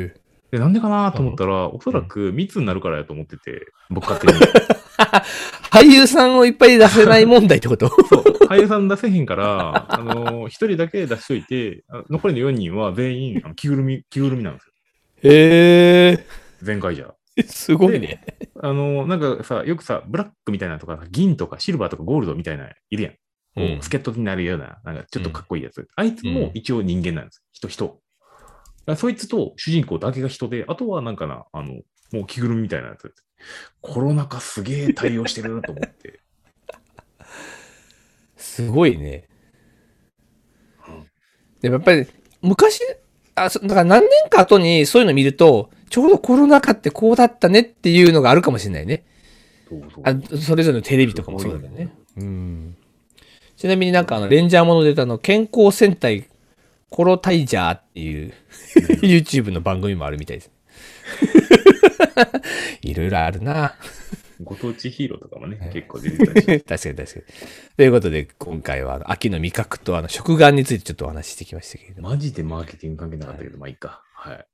Speaker 2: へえ。
Speaker 1: で、なんでかなと思ったら、おそらく密になるからやと思ってて、僕勝手 に。
Speaker 2: 俳優さんをいっぱい出せない問題ってこと
Speaker 1: そう、俳優さん出せへんから、あの、一人だけ出しといて、あ残りの4人は全員あの着ぐるみ、着ぐるみなんですよ。
Speaker 2: へえ。
Speaker 1: ゼンカイジャー。
Speaker 2: すごいね。
Speaker 1: あの、なんかさ、よくさ、ブラックみたいなのとか、銀とかシルバーとかゴールドみたいな、いるやん。こう
Speaker 2: うん
Speaker 1: 助っ人になるような、なんかちょっとかっこいいやつ。あいつも一応人間なんです。人、人。だからそいつと主人公だけが人で、あとはなんかな、あの、もう着ぐるみみたいなやつ。コロナ禍すげえ対応してるなと思 って。
Speaker 2: すごいね
Speaker 1: うん。
Speaker 2: でもやっぱり昔あそだから何年か後にそういうの見るとちょうどコロナ禍ってこうだったねっていうのがあるかもしれないね
Speaker 1: そうそう
Speaker 2: あそれぞれのテレビとかもそうだけどねうんちなみになんかあの、レンジャーもので言うとあの、健康戦隊コロタイジャーっていう YouTube の番組もあるみたいです。 いろいろあるな。
Speaker 1: ご当地ヒーローとかもね、
Speaker 2: はい
Speaker 1: 結構出てたり し
Speaker 2: 確かに確かに。ということで、今回はあの秋の味覚とあの食玩についてちょっとお話ししてきましたけれども。
Speaker 1: マジでマーケティング関係なかったけど、まあいいか。はい。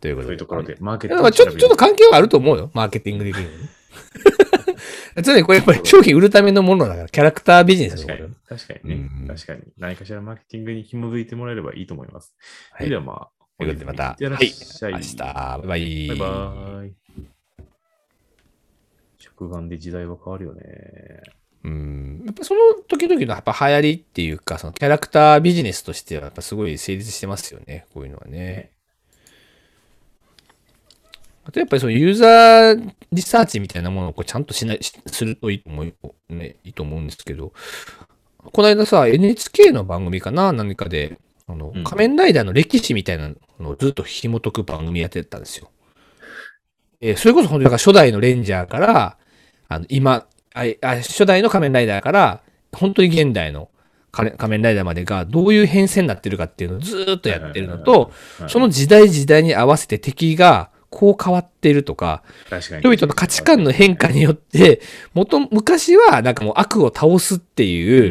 Speaker 2: というこ
Speaker 1: そ
Speaker 2: と
Speaker 1: うい
Speaker 2: で。
Speaker 1: うところで、マーケティ
Speaker 2: な
Speaker 1: ング
Speaker 2: んかちょっと、ちょっと
Speaker 1: と
Speaker 2: 関係はあると思うよ。マーケティング的にはね。 つまりこれやっぱり商品売るためのものだから、キャラクタービジネ
Speaker 1: 確
Speaker 2: スの
Speaker 1: か
Speaker 2: こ
Speaker 1: に
Speaker 2: と。、
Speaker 1: 確かにね、
Speaker 2: うん
Speaker 1: 確かに。何かしらマーケティングに紐づいてもらえればいいと思います。
Speaker 2: はい
Speaker 1: ではまあ、
Speaker 2: ということでまた、
Speaker 1: いってらっしゃい。
Speaker 2: はい、明日、バイバイ。
Speaker 1: バイバーイ。食玩で時代は変わるよね。
Speaker 2: うんやっぱその時々のやっぱ流行りっていうか、そのキャラクタービジネスとしてはやっぱすごい成立してますよね。こういうのはね。あとやっぱりそのユーザーリサーチみたいなものをこうちゃんとしない、しするといいと思う、ね、いいと思うんですけど、この間さ、NHK の番組かな何かで、あの、
Speaker 1: うん
Speaker 2: 仮面ライダーの歴史みたいなのをずっと紐解く番組やってたんですよ。えーそれこそ本当にだから初代のレンジャーから、あの今あいあ、初代の仮面ライダーから、本当に現代の仮仮面ライダーまでがどういう変遷になってるかっていうのをずーっとやってるのと、
Speaker 1: はい
Speaker 2: その時代時代に合わせて敵がこう変わってるとか、
Speaker 1: 確かに。
Speaker 2: 人々の価値観の変化によって、元昔はなんかもう悪を倒すって
Speaker 1: う
Speaker 2: い
Speaker 1: ん
Speaker 2: う、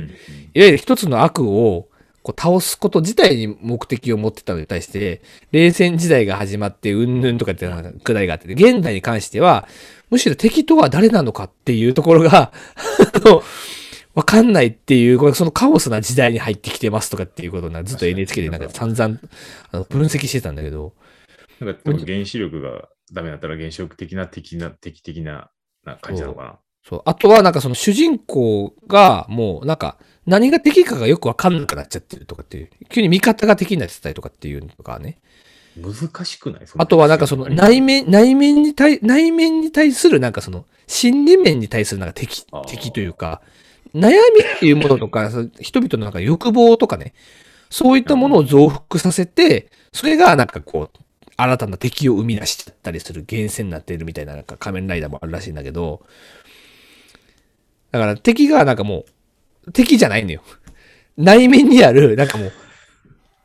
Speaker 2: いわゆる一つの悪をこう倒すこと自体に目的を持ってたのに対して、冷戦時代が始まって、うんぬんとかっていうのがくだりがあって、現代に関しては、むしろ敵とは誰なのかっていうところが、 あの、わかんないっていう、これそのカオスな時代に入ってきてますとかっていうことをなずっと NHK でなんか散々あの分析してたんだけど、
Speaker 1: なんか多分原子力がダメだったら原子力的な敵な敵的なな感じなのかな。
Speaker 2: そう。あとは、なんかその主人公が、もう、なんか、何が敵かがよくわかんなくなっちゃってるとかっていう、急に味方が敵になってたりとかっていうのとかね。
Speaker 1: 難しくない
Speaker 2: あとは、なんかその、内面、内面に対、内面に対する、なんかその、心理面に対する、なんか敵
Speaker 1: あー、
Speaker 2: 敵というか、悩みっていうものとか、その人々のなんか欲望とかね、そういったものを増幅させて、それがなんかこう、新たな敵を生み出しちゃったりする源泉になっているみたいな、なんか仮面ライダーもあるらしいんだけど、だから敵がなんかもう、敵じゃないのよ。内面にある、なんかもう、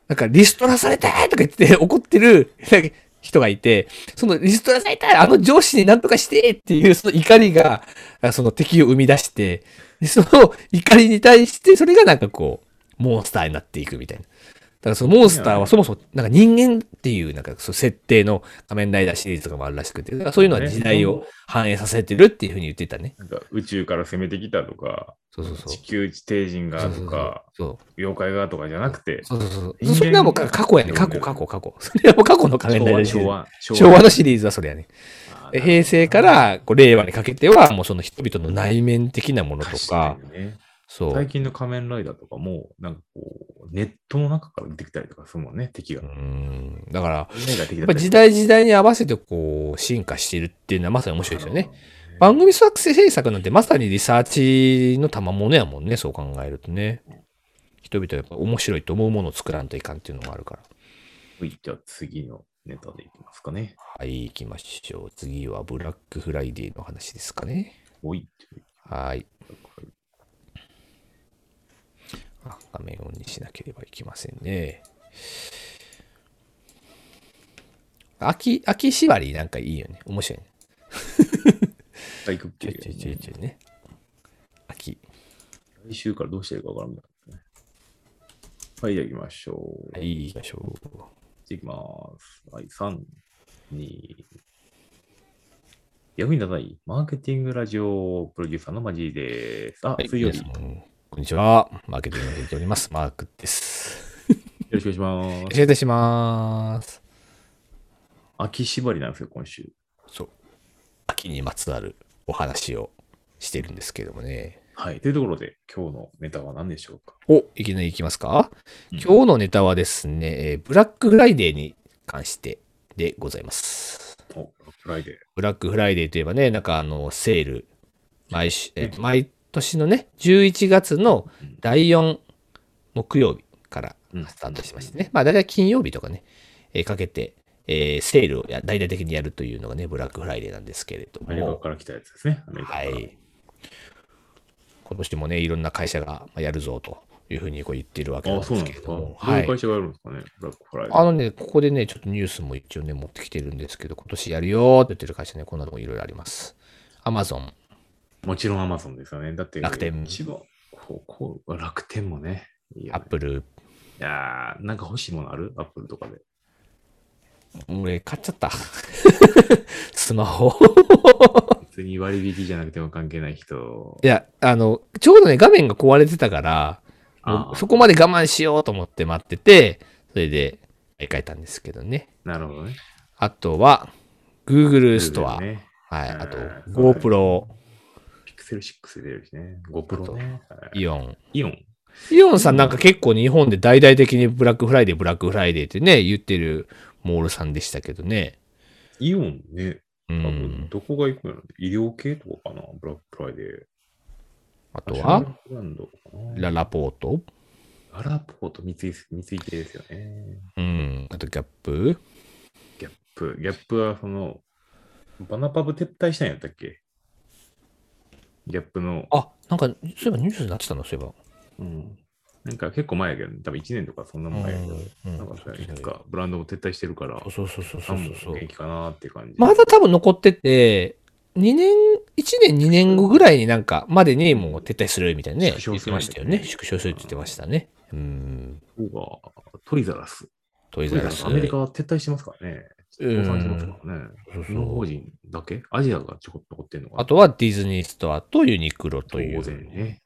Speaker 2: なんかリストラされたとか言って怒ってるなんか人がいて、そのリストラされたあの上司になんとかしてっていうその怒りが、あその敵を生み出して、でその怒りに対して、それがなんかこう、モンスターになっていくみたいな。だからそのモンスターはそもそもなんか人間っていうなんかその設定の仮面ライダーシリーズとかもあるらしくて、だからそういうのは時代を反映させてるっていうふうに言ってたね。
Speaker 1: なんか宇宙から攻めてきたとか、
Speaker 2: そうそうそう。
Speaker 1: 地球地底人がとか、
Speaker 2: そう
Speaker 1: 妖怪がとかじゃなくて、
Speaker 2: そうそうそう
Speaker 1: 人間
Speaker 2: それはもう過去やね。過去、過去、過去。それはもう過去の仮面ライダーシリーズ。
Speaker 1: 昭和、昭和、
Speaker 2: 昭和のシリーズはそれやね。
Speaker 1: あー
Speaker 2: 平成からこう令和にかけては、もうその人々の内面的なものと
Speaker 1: 確
Speaker 2: か
Speaker 1: か、にね
Speaker 2: そう。
Speaker 1: 最近の仮面ライダーとかも、なんかこう、ネットの中から出てきたりとかするもんね、敵が。
Speaker 2: うーん。だから、
Speaker 1: 目が敵
Speaker 2: や
Speaker 1: だ
Speaker 2: っ
Speaker 1: った
Speaker 2: ぱ
Speaker 1: り
Speaker 2: 時代時代に合わせてこう、進化しているっていうのはまさに面白いですよね。。
Speaker 1: あー
Speaker 2: 番組作成制作なんてまさにリサーチの賜物やもんね、そう考えるとね。人々はやっぱ面白いと思うものを作らんといかんっていうのがあるから。
Speaker 1: はいじゃあ次のネタでいきますかね。
Speaker 2: はい、行きましょう。次はブラックフライデーの話ですかね。
Speaker 1: おい。
Speaker 2: はい。あ画面オンにしなければいけませんね。秋、秋縛りなんかいいよね。面白いね。
Speaker 1: 体育
Speaker 2: ち
Speaker 1: 系
Speaker 2: ょいちょいちょいちょいね。秋。
Speaker 1: 来週からどうしてるかわからんみたいな、ね。はい、じゃあ行きましょう。
Speaker 2: はい、行きましょう。
Speaker 1: じゃあ行きます。はい、3、2、役に立たないマーケティングラジオプロデューサーのマジーです。あ、
Speaker 2: はい、
Speaker 1: 水曜日。よ
Speaker 2: 皆さんこんにちは。マーケティングをやっております。マークです。
Speaker 1: ろしくお願いし
Speaker 2: よろ
Speaker 1: ま
Speaker 2: し
Speaker 1: す。
Speaker 2: くお願いします。
Speaker 1: 秋縛りなんですよ、今週。
Speaker 2: そう。秋にまつわるお話をしてるんですけどもね。
Speaker 1: はい。というところで、今日のネタは何でしょうか
Speaker 2: お、いきなり行きますか、
Speaker 1: うん
Speaker 2: 今日のネタはですね、えーブラックフライデーに関してでございます。
Speaker 1: お、フライデー。
Speaker 2: ブラックフライデーといえばね、なんかあの、セール、毎週、えー毎年のね、11月の第4木曜日から
Speaker 1: うん
Speaker 2: スタートしてましてね、まあ大体金曜日とかね、えーかけて、えーセールをや大々的にやるというのがね、ブラックフライデーなんですけれど
Speaker 1: アメリカ
Speaker 2: も、
Speaker 1: から来たやつですね。アメリカか
Speaker 2: は
Speaker 1: ら。
Speaker 2: い。今年もね、いろんな会社がまあやるぞというふうにこう言っているわけなん
Speaker 1: あ、
Speaker 2: で
Speaker 1: そう
Speaker 2: す
Speaker 1: なんで
Speaker 2: けれ
Speaker 1: すか。
Speaker 2: ど
Speaker 1: ど
Speaker 2: も、
Speaker 1: う
Speaker 2: は
Speaker 1: いう
Speaker 2: い。
Speaker 1: 会社がやるんですかね、ブラックフライデー。
Speaker 2: あのね、ここでね、ちょっとニュースも一応ね、持ってきてるんですけど、今年やるよって言ってる会社ね、こんなのもいろいろあります。アマゾン。
Speaker 1: もちろんアマゾンですよね。だって、
Speaker 2: 楽天
Speaker 1: 一番こうこう楽天もね。いいよ
Speaker 2: アッ
Speaker 1: ね
Speaker 2: プル。
Speaker 1: いやーなんか欲しいものあるアップルとかで。
Speaker 2: 俺、買っちゃった。 スマホ。
Speaker 1: 別に割引じゃなくても関係ない人。
Speaker 2: いや、あの、ちょうどね、画面が壊れてたから、
Speaker 1: ああ
Speaker 2: そこまで我慢しようと思って待ってて、それで、買い替えたんですけどね。
Speaker 1: なるほどね。
Speaker 2: あとは、Google ストア。
Speaker 1: Google ね
Speaker 2: はい。あと
Speaker 1: あー、
Speaker 2: GoPro、
Speaker 1: ピクセル6出るしね。GoPro ね。はい
Speaker 2: イオン。
Speaker 1: イオン。
Speaker 2: イオンさんなんか結構日本で大々的にブラックフライデー、ブラックフライデーってね、言ってるモールさんでしたけどね。
Speaker 1: イオンね。
Speaker 2: う
Speaker 1: 多
Speaker 2: ん
Speaker 1: 分。どこが行くんやろ、医療系とかかなブラックフライデー。
Speaker 2: あと
Speaker 1: ナシ
Speaker 2: は、
Speaker 1: ョナルブランドかな
Speaker 2: ララポート。
Speaker 1: アラポート三井三井系ですよね。
Speaker 2: うん。あと、ギャップ。
Speaker 1: ギャップ。ギャップはその、バナパブ撤退したんやったっけギャップの、
Speaker 2: あ、なんか、そういえばニュースになってたの、そういえば。
Speaker 1: うん。なんか結構前やけど、多分1年とかそんな
Speaker 2: うん
Speaker 1: もんやけど、
Speaker 2: うん
Speaker 1: なんかそれいつかブランドも撤退してるから、
Speaker 2: そうそうそうそうそうそう
Speaker 1: 元。気かなって感じ。
Speaker 2: まだ多分残ってて、2年、1年2年後ぐらいになんか、までにもう撤退するみたいなね。
Speaker 1: 縮小する
Speaker 2: 言ってましたよね。縮小するって言ってましたね。うん。
Speaker 1: そうかトリザラス。
Speaker 2: トイ
Speaker 1: トリ
Speaker 2: ザ
Speaker 1: ザ
Speaker 2: ラ
Speaker 1: ラ
Speaker 2: ス。
Speaker 1: ス、アメリカは撤退してますからね。
Speaker 2: うん
Speaker 1: 倒産してますからね。
Speaker 2: そう
Speaker 1: 日本
Speaker 2: そ
Speaker 1: 法
Speaker 2: う。
Speaker 1: 人だけアジアがちょこっと残ってるのかな
Speaker 2: あとはディズニーストアとユニクロと
Speaker 1: 当
Speaker 2: い
Speaker 1: 然
Speaker 2: う。
Speaker 1: ね。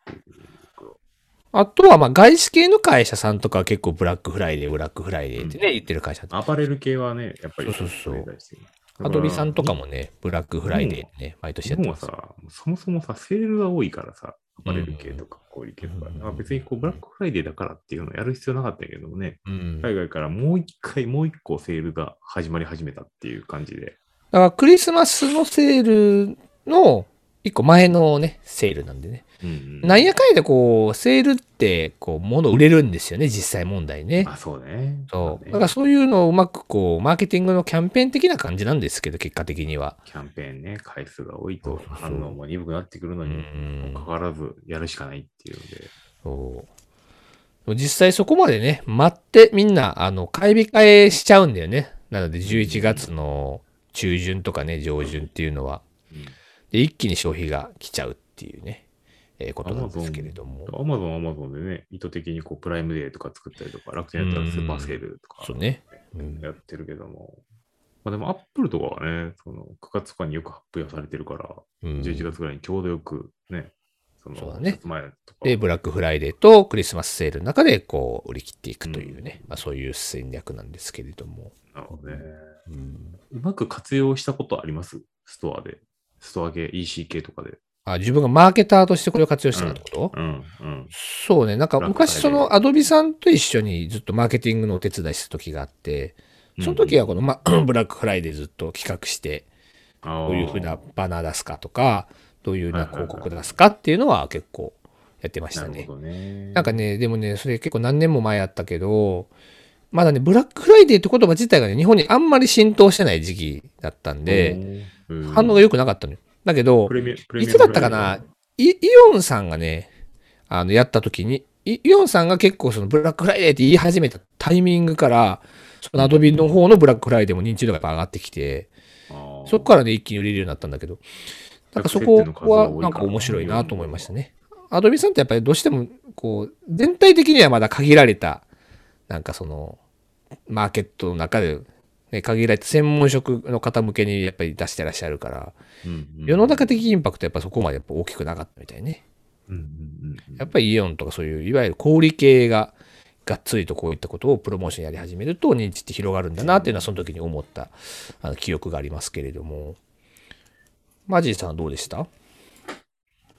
Speaker 2: あとは、まあ、外資系の会社さんとかは結構ブラックフライデー、ブラックフライデーってね、言ってる会社
Speaker 1: アパレル系はね、やっぱり
Speaker 2: そうそうそう
Speaker 1: お願いしてる。
Speaker 2: アドリさんとか
Speaker 1: も。
Speaker 2: もね、ブラックフライデーってね、毎
Speaker 1: 日
Speaker 2: 年やって
Speaker 1: 本は
Speaker 2: ます。
Speaker 1: さ、そもそもさ、セールが多いからさ、アパレル系とか小売系とか、
Speaker 2: うん
Speaker 1: まあ別にこうブラックフライデーだからっていうのをやる必要なかったけどもね、
Speaker 2: うん。だ
Speaker 1: 海外からもう一回、もう一個セールが始まり始めたっていう感じで。
Speaker 2: から、クリスマスのセールの一個前のね、セールなんでね。
Speaker 1: うん
Speaker 2: なんやかんやでこう、セールって、こう、物売れるんですよね、実際問題ね。
Speaker 1: あ、そうね。
Speaker 2: そう。だ
Speaker 1: ね
Speaker 2: からそういうのをうまくこう、マーケティングのキャンペーン的な感じなんですけど、結果的には。
Speaker 1: キャンペーンね、回数が多い
Speaker 2: そ
Speaker 1: と
Speaker 2: うそうそう
Speaker 1: 反応も鈍くなってくるの
Speaker 2: う
Speaker 1: に、
Speaker 2: ん
Speaker 1: か。かわらずやるしかないっていうので。
Speaker 2: そう。実際そこまでね、待ってみんな、あの、買い控えしちゃうんだよね。なので、11月の中旬とかね、上旬っていうのは。
Speaker 1: うん
Speaker 2: で、一気に消費が来ちゃうっていうね、えーことなんですけれども。
Speaker 1: アマゾン、アマゾンでね、意図的にこうプライムデーとか作ったりとか、楽天やったらスーパーセールとか
Speaker 2: そうね。うん
Speaker 1: やってるけども、まあ、でもアップルとかはね、その9月とかによく発表されてるから、
Speaker 2: うん
Speaker 1: 11月ぐらいにちょうどよくね、その
Speaker 2: そうだね
Speaker 1: 夏前とか、
Speaker 2: で、ブラックフライデーとクリスマスセールの中でこう売り切っていくというね、まあ、そういう戦略なんですけれども。
Speaker 1: なので、
Speaker 2: うん
Speaker 1: うまく活用したことありますストアで。ストア系、EC 系とかで。
Speaker 2: あ自分がマーケターとしてこれを活用してたってこと、
Speaker 1: うん、うん。
Speaker 2: そうね、なんか昔そのアドビさんと一緒にずっとマーケティングのお手伝いした時があって、その時はこの、 ま、ブラックフライデーずっと企画して、
Speaker 1: こ
Speaker 2: どういうふうなバナー出すかとか、どういうような
Speaker 1: はいはいはい
Speaker 2: 広告出すかっていうのは結構やってまし
Speaker 1: な
Speaker 2: た
Speaker 1: る
Speaker 2: ね
Speaker 1: ほ。どね。
Speaker 2: なんかね、でもね、それ結構何年も前やったけど、まだね、ブラックフライデーって言葉自体がね、日本にあんまり浸透してない時期だったんで、
Speaker 1: うん、
Speaker 2: 反応が良くなかったのよ。だけど
Speaker 1: プ、レミアプレミ
Speaker 2: い
Speaker 1: アム
Speaker 2: つだったかなイイオンさんがね、あの、やった時に、イイオンさんが結構そのブラックフライデーって言い始めたタイミングから、そのアドビの方のブラックフライデーも認知度がやっぱ上がってきて、
Speaker 1: あー
Speaker 2: そこからね、一気に売れるようになったんだけど、なんかそこはなんか面白いなと思いましたね。アドビさんってやっぱりどうしても、こう、全体的にはまだ限られた、なんかその、マーケットの中で、ね、限られた専門職の方向けにやっぱり出してらっしゃるから、
Speaker 1: うんうん
Speaker 2: 世の中的インパクトはやっぱそこまでやっぱ大きくなかったみたいね。
Speaker 1: うんうんうん
Speaker 2: やっぱりイオンとかそういういわゆる小売系ががっつりとこういったことをプロモーションやり始めると認知って広がるんだなっていうのはその時に思ったあの記憶がありますけれども。マジーさんはどうでした
Speaker 1: こ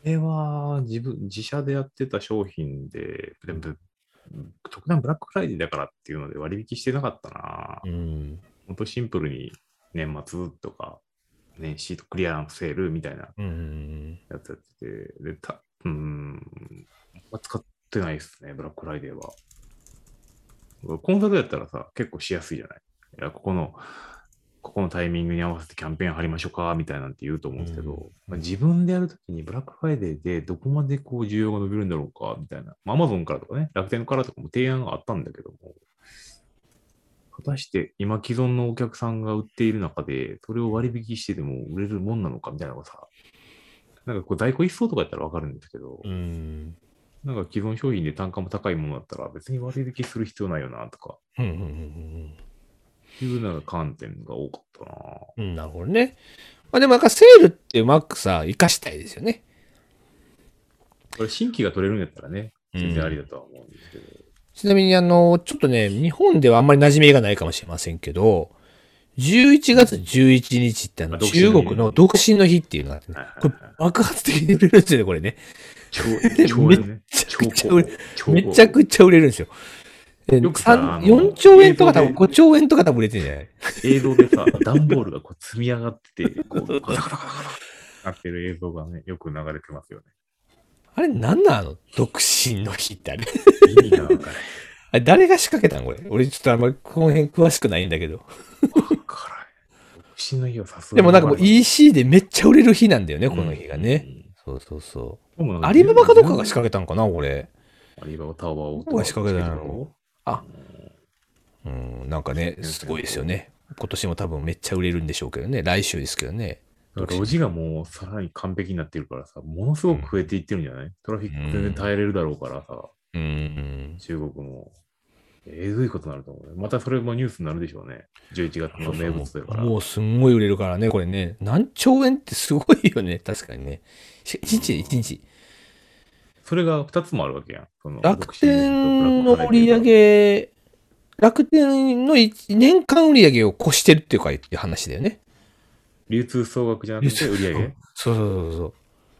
Speaker 1: れは自分、自社でやってた商品で、でもうん特段ブラックフライデーだからっていうので割引してなかったな。
Speaker 2: うん。
Speaker 1: ほんとシンプルに年末とか、年始とクリアランスセールみたいな
Speaker 2: うん。
Speaker 1: やつやってて、で、たうん、あんま使ってないですね、ブラックフライデーは。コンサートやったらさ、結構しやすいじゃない。いやここの、こここのタイミングに合わせてキャンペーン貼りましょうか、みたいなんて言うと思うんですけど、
Speaker 2: うん
Speaker 1: まあ、自分でやるときにブラックフライデーでどこまでこう需要が伸びるんだろうか、みたいな。まあ、Amazon からとかね、楽天からとかも提案があったんだけども、果たして今既存のお客さんが売っている中で、それを割引してでも売れるもんなのか、みたいなのがさ、なんかこう在庫一掃とかやったらわかるんですけど、
Speaker 2: うん。
Speaker 1: なんか既存商品で単価も高いものだったら別に割引する必要ないよな、とか、
Speaker 2: うんうんうん
Speaker 1: いうなんか観点が多かったな
Speaker 2: うん。うん、なるほどね。まあでもなんかセールってうまくさ、活かしたいですよね。
Speaker 1: これ新規が取れるんやったらね、全然ありだとは思うんですけど。
Speaker 2: ちなみにあの、ちょっとね、日本ではあんまり馴染みがないかもしれませんけど、11月11日ってあの
Speaker 1: あ独身の
Speaker 2: 中
Speaker 1: 日
Speaker 2: 国の独身の日っていうのがあってね
Speaker 1: はいはいはい
Speaker 2: これ爆発的に売れるんですよね、これね。
Speaker 1: 超、超円ね。
Speaker 2: ちゃ
Speaker 1: 超
Speaker 2: くちゃ売れ
Speaker 1: 高
Speaker 2: めちゃくちゃ売れるんですよ。で
Speaker 1: よくさあ
Speaker 2: 三
Speaker 1: の
Speaker 2: 4兆円とか多分
Speaker 1: 映像
Speaker 2: 5兆円とか多分売れてんじゃない
Speaker 1: 映像でさ、段ボールがこう積み上がってて、こう、ガタガタガタガタなってる映像がね、よく流れて ますよね。
Speaker 2: あれなんなんあの独身の日ってあれ。
Speaker 1: 意味がわからな
Speaker 2: あれ誰が仕掛けたのこれ。俺ちょっとあんまりこの辺詳しくないんだけど。
Speaker 1: い。わからない。死の日はさすがに
Speaker 2: でもなんかもう EC でめっちゃ売れる日なんだよね、この日がね。
Speaker 1: うん。
Speaker 2: そうそうそ
Speaker 1: でもなん
Speaker 2: う。
Speaker 1: か
Speaker 2: アリババかどっかが仕掛けたんかな、これ。
Speaker 1: アリババタワーを。
Speaker 2: どこが仕掛けたんやろあ
Speaker 1: うん
Speaker 2: うん、なんかね、すごいですよね。今年も多分めっちゃ売れるんでしょうけどね。来週ですけどね。
Speaker 1: だから路地がもうさらに完璧になってるからさ、ものすごく増えていってるんじゃない、トラフィック全然耐えれるだろうからさ。
Speaker 2: うん。
Speaker 1: 中国も。えぐいことになると思うね。またそれもニュースになるでしょうね。11月の名物だから。
Speaker 2: もうすんごい売れるからね、これね。何兆円ってすごいよね、 確かにね。1日で1日。
Speaker 1: それが2つもあるわけやん。その
Speaker 2: 楽天の
Speaker 1: 独身
Speaker 2: 売り上
Speaker 1: と
Speaker 2: げ、楽天の一年間売り上げを越してるっていうか、っていう話だよね。
Speaker 1: ブラックフライデー流通総額じゃなくて売り上げ。
Speaker 2: そうそうそうそ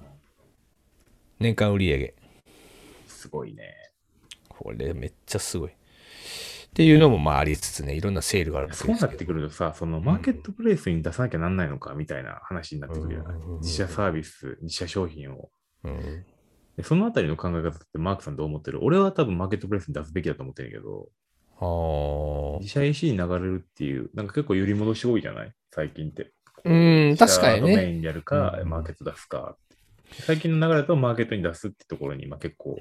Speaker 2: う。年間売り上げ。
Speaker 1: すごいね。
Speaker 2: これめっちゃすごい。っていうのもまあありつつね、いろんなセールがあるんです
Speaker 1: そうなってくるとさ、そのマーケットプレイスに出さなきゃなんないのかみたいな話になってくるよね
Speaker 2: うん。
Speaker 1: 自社サービス、自社商品を。
Speaker 2: うん
Speaker 1: でそのあたりの考え方ってマークさんどう思ってる俺は多分マーケットプレイスに出すべきだと思ってるけど、
Speaker 2: あー
Speaker 1: 自社 EC に流れるっていう、なんか結構揺り戻し多いじゃない最近って。
Speaker 2: うん、確か
Speaker 1: 自社
Speaker 2: に
Speaker 1: のメ
Speaker 2: ね。
Speaker 1: インでやるか、
Speaker 2: うん
Speaker 1: マーケット出すか。最近の流れだとマーケットに出すってところに今結構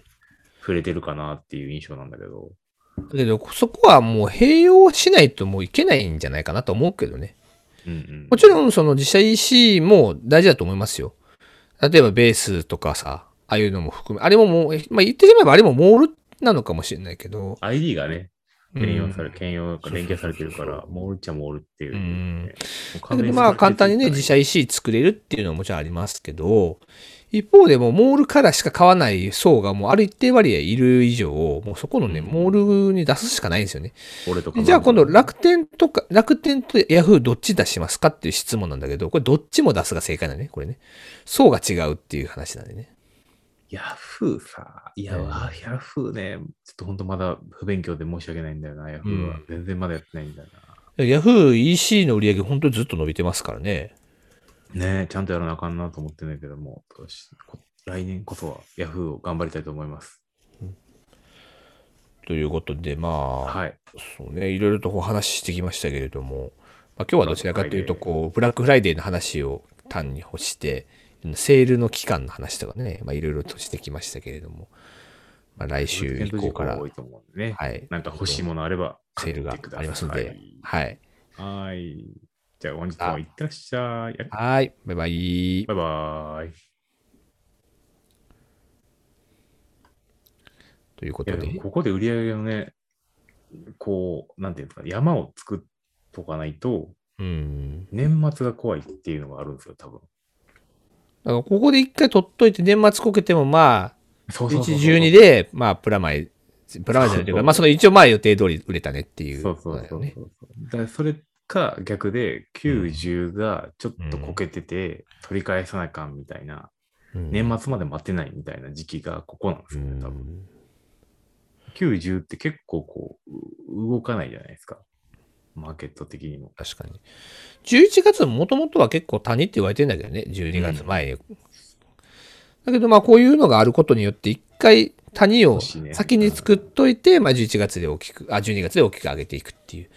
Speaker 1: 触れてるかなっていう印象なんだけど。
Speaker 2: だけど、そこはもう併用しないともういけないんじゃないかなと思うけどね。
Speaker 1: うんうん、
Speaker 2: もちろんその自社 EC も大事だと思いますよ。例えばベースとかさ、ああいうのも含め、あれももう、まあ、言ってしまえばあれもモールなのかもしれないけど。
Speaker 1: ID がね、兼用され、兼用
Speaker 2: そうそうそう
Speaker 1: 連携されてるから、モールっちゃモールっていう、
Speaker 2: う
Speaker 1: ね。
Speaker 2: ん
Speaker 1: もう
Speaker 2: うん
Speaker 1: 完
Speaker 2: で
Speaker 1: 全に
Speaker 2: もまあ簡単にね、自社 EC 作れるっていうのはもちろんありますけど、一方でもうモールからしか買わない層がもうある一定割合いる以上、もうそこのね、
Speaker 1: うん
Speaker 2: モールに出すしかないんですよね。
Speaker 1: 俺とか
Speaker 2: で
Speaker 1: も
Speaker 2: じゃあ今度楽天とか、楽天とヤフーどっち出しますかっていう質問なんだけど、これどっちも出すが正解だね、これね。層が違うっていう話なんでね。
Speaker 1: ヤフーさ、いや、
Speaker 2: うん
Speaker 1: わヤフーね、ちょっと本当まだ不勉強で申し訳ないんだよな、ヤフーは。
Speaker 2: うん
Speaker 1: 全然まだやってないんだよ
Speaker 2: ヤフー EC の売り上げ本当にずっと伸びてますからね。
Speaker 1: な。ねえちゃんとやらなあかんなと思ってんだけども、今年こ来年こそはヤフーを頑張りたいと思います。
Speaker 2: ということで、まあ、
Speaker 1: はい。
Speaker 2: そうね、いろいろとお話ししてきましたけれども、まあ、今日はどちらかというと、こう、ブラックフライデーの話を単に欲して、セールの期間の話とかね、まあ、いろいろとしてきましたけれども、まあ、来週以降から
Speaker 1: 多、いと思うんでね。
Speaker 2: はい、
Speaker 1: なんか欲しいものあれば、
Speaker 2: セールが
Speaker 1: 買ってくださ
Speaker 2: あ
Speaker 1: い
Speaker 2: りますので、はい。
Speaker 1: はい。じゃあ本日もいってらっしゃい。
Speaker 2: はい、バイバイ。
Speaker 1: バイバーイ。
Speaker 2: というこ
Speaker 1: い
Speaker 2: と
Speaker 1: や
Speaker 2: で
Speaker 1: で、もここで売り上げのね、こう、なんていうんですか、山を作っとかないと、
Speaker 2: うん。
Speaker 1: 年末が怖いっていうのがあるんですよ、多分。
Speaker 2: だからここで一回取っといて、年末こけても、まあ、
Speaker 1: そうそうそうそう。
Speaker 2: 112で、まあ、プラマイ、プラマイじゃ
Speaker 1: そ
Speaker 2: ないという
Speaker 1: うそ
Speaker 2: か、
Speaker 1: う
Speaker 2: まあ、その一応、まあ、予定通り売れたねっていう
Speaker 1: そ
Speaker 2: こ
Speaker 1: う
Speaker 2: と
Speaker 1: そうそ
Speaker 2: だよ
Speaker 1: う
Speaker 2: ね。
Speaker 1: そう。だからそれか逆で、90がちょっとこけてて、取り返さなあかんみたいな、
Speaker 2: うん
Speaker 1: 年末まで待てないみたいな時期がここなんですよね、多分。
Speaker 2: うん
Speaker 1: 90って結構こう、う動かないじゃないですか。マーケット的にも。
Speaker 2: 確かに。11月もともとは結構谷って言われてんだけどね、12月前。だけどまあこういうのがあることによって、一回谷
Speaker 1: 少
Speaker 2: を
Speaker 1: しね
Speaker 2: 先に作っといて、まあ11月で大きく、あ、12月で大きく上げていくっていう。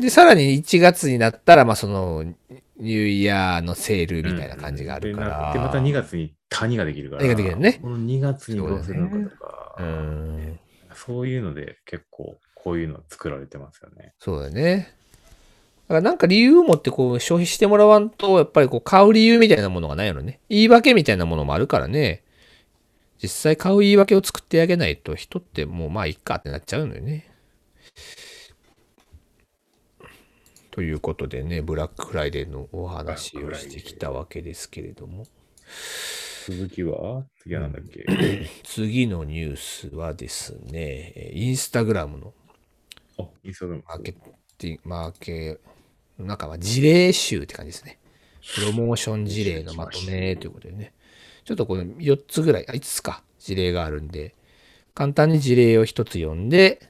Speaker 2: で、さらに1月になったら、まあ、その、ニューイヤーのセールみたいな感じがあるから。
Speaker 1: で、なってまた2月に谷ができるから。
Speaker 2: 谷ができるね
Speaker 1: この2月にどうするのかとか、
Speaker 2: う
Speaker 1: そう,、
Speaker 2: ん。
Speaker 1: いうので結構こういうの作られてますよね。
Speaker 2: そうだよね。だからなんか理由を持ってこう消費してもらわんと、やっぱりこう買う理由みたいなものがないのね。言い訳みたいなものもあるからね。実際買う言い訳を作ってあげないと人ってもうまあいっかってなっちゃうのよね。ということでね、ブラックフライデーのお話をしてきたわけですけれども。
Speaker 1: 続きは次はなんだっけ、
Speaker 2: 次のニュースはですね、えーインスタグラムの
Speaker 1: あ、インスタグラム。
Speaker 2: マーケティング、マーケの中は事例集って感じですね。プロモーション事例のまとめということでね。ちょっとこの4つぐらい、あ、5つか、事例があるんで、簡単に事例を1つ読んで、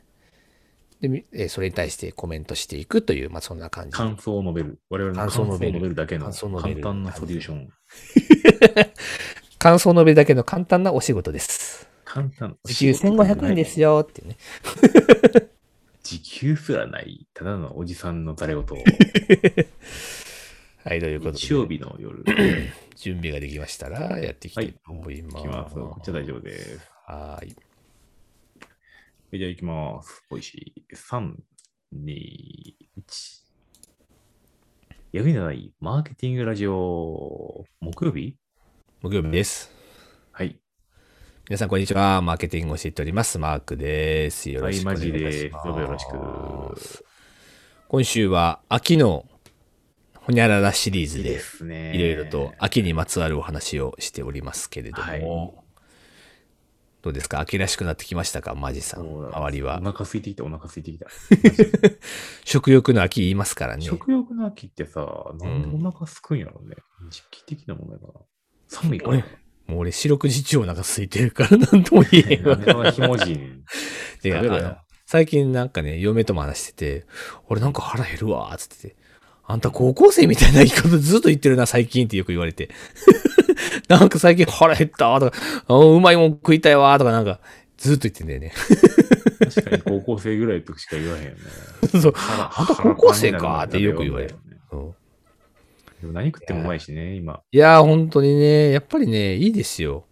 Speaker 2: でみえーそれに対してコメントしていくという、まあそんな感じ。
Speaker 1: 感想を述べる。我々の感
Speaker 2: 感
Speaker 1: 想
Speaker 2: 想
Speaker 1: を
Speaker 2: を
Speaker 1: 述
Speaker 2: 述
Speaker 1: べ
Speaker 2: べる
Speaker 1: るだけの
Speaker 2: 感想を述べ
Speaker 1: 簡
Speaker 2: る
Speaker 1: 単なソリューション。
Speaker 2: 感想述べだけの簡単なお仕事です。
Speaker 1: 簡単。
Speaker 2: 時給1500円です
Speaker 1: よ。
Speaker 2: よっていうね。
Speaker 1: 時給すらない。ただのおじさんの誰 事を。
Speaker 2: はい、ということで、
Speaker 1: 日曜日の 夜。
Speaker 2: 準備ができましたらやっていきたいと思いま
Speaker 1: 行
Speaker 2: す。
Speaker 1: きます。こっちは大丈夫です。
Speaker 2: はーい。
Speaker 1: はいじゃあ行きます。おいしい。3、2、1。役に立たないマーケティングラジオ、木曜日
Speaker 2: 木曜日です。
Speaker 1: はい。
Speaker 2: 皆さん、こんにちは。マーケティングを教えております。マークです。よろしくお願いします。
Speaker 1: はいマジですどうぞよろしく
Speaker 2: 今週は、秋のほにゃららシリーズで、
Speaker 1: すね
Speaker 2: いろいろと秋にまつわるお話をしておりますけれども、
Speaker 1: はい
Speaker 2: どうですか秋らしくなってきましたかマジさん。
Speaker 1: そうだ
Speaker 2: 周りは
Speaker 1: お。腹空いてきた、お腹空いてきた。
Speaker 2: 食欲の秋言いますからね。
Speaker 1: 食欲の秋ってさ、なんでお腹すくんやろうね。時期的な問題かな。寒いから
Speaker 2: 俺。もう俺、四六時中お腹空いてるから、なんとも言えへんわ。
Speaker 1: なんかひもじいねん。
Speaker 2: で、
Speaker 1: 食
Speaker 2: あ
Speaker 1: べろよ
Speaker 2: の、最近なんかね、嫁とも話してて、俺なんか腹減るわ、つってて、あんた高校生みたいな言い方ずっと言ってるな、最近ってよく言われて。 なんか最近腹減ったわ、とか、あうまいもん食いたいわ、とかなんか、ずっと言ってんだよね。
Speaker 1: 確かに高校生ぐらいとしか言わへんよね。
Speaker 2: そう。
Speaker 1: 腹
Speaker 2: あんた高校生かってよく言われる。うん
Speaker 1: でも何食ってもうまいしね、今。
Speaker 2: いやー、本当にね、やっぱりね、いいですよ。